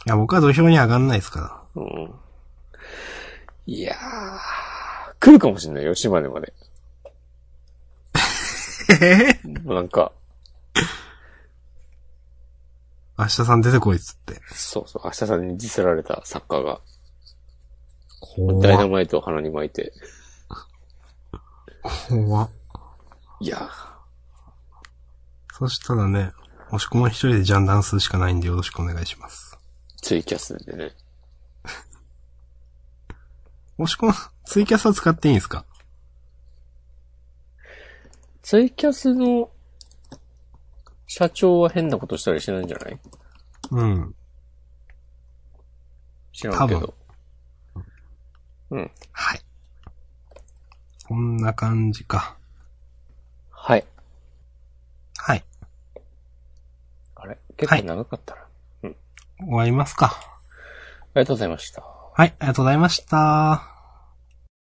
[SPEAKER 1] いや、僕は土俵に上がんないですから。
[SPEAKER 2] うん。いやー。来るかもしんないよ、島根まで。
[SPEAKER 1] え
[SPEAKER 2] なんか、
[SPEAKER 1] 明日さん出てこいっつって。
[SPEAKER 2] そうそう、明日さんにディスられた作家が、ダイナ
[SPEAKER 1] 怖っ。
[SPEAKER 2] マイトを鼻に巻いて。
[SPEAKER 1] 怖っ
[SPEAKER 2] いや
[SPEAKER 1] そしたらね、押し込まん一人でジャンダンするしかないんでよろしくお願いします。
[SPEAKER 2] ー、ツイキャスでね。
[SPEAKER 1] 押し込まん、ツイキャスは使っていいんですか
[SPEAKER 2] ツイキャスの、社長は変なことしたりしてないんじゃない
[SPEAKER 1] うん。
[SPEAKER 2] 知らんけ
[SPEAKER 1] 多
[SPEAKER 2] ど。うん。
[SPEAKER 1] はい。こんな感じか。
[SPEAKER 2] はい。
[SPEAKER 1] はい。
[SPEAKER 2] あれ結構長かったな。
[SPEAKER 1] 終わりますか。
[SPEAKER 2] ありがとうございました。
[SPEAKER 1] はい、ありがとうございました。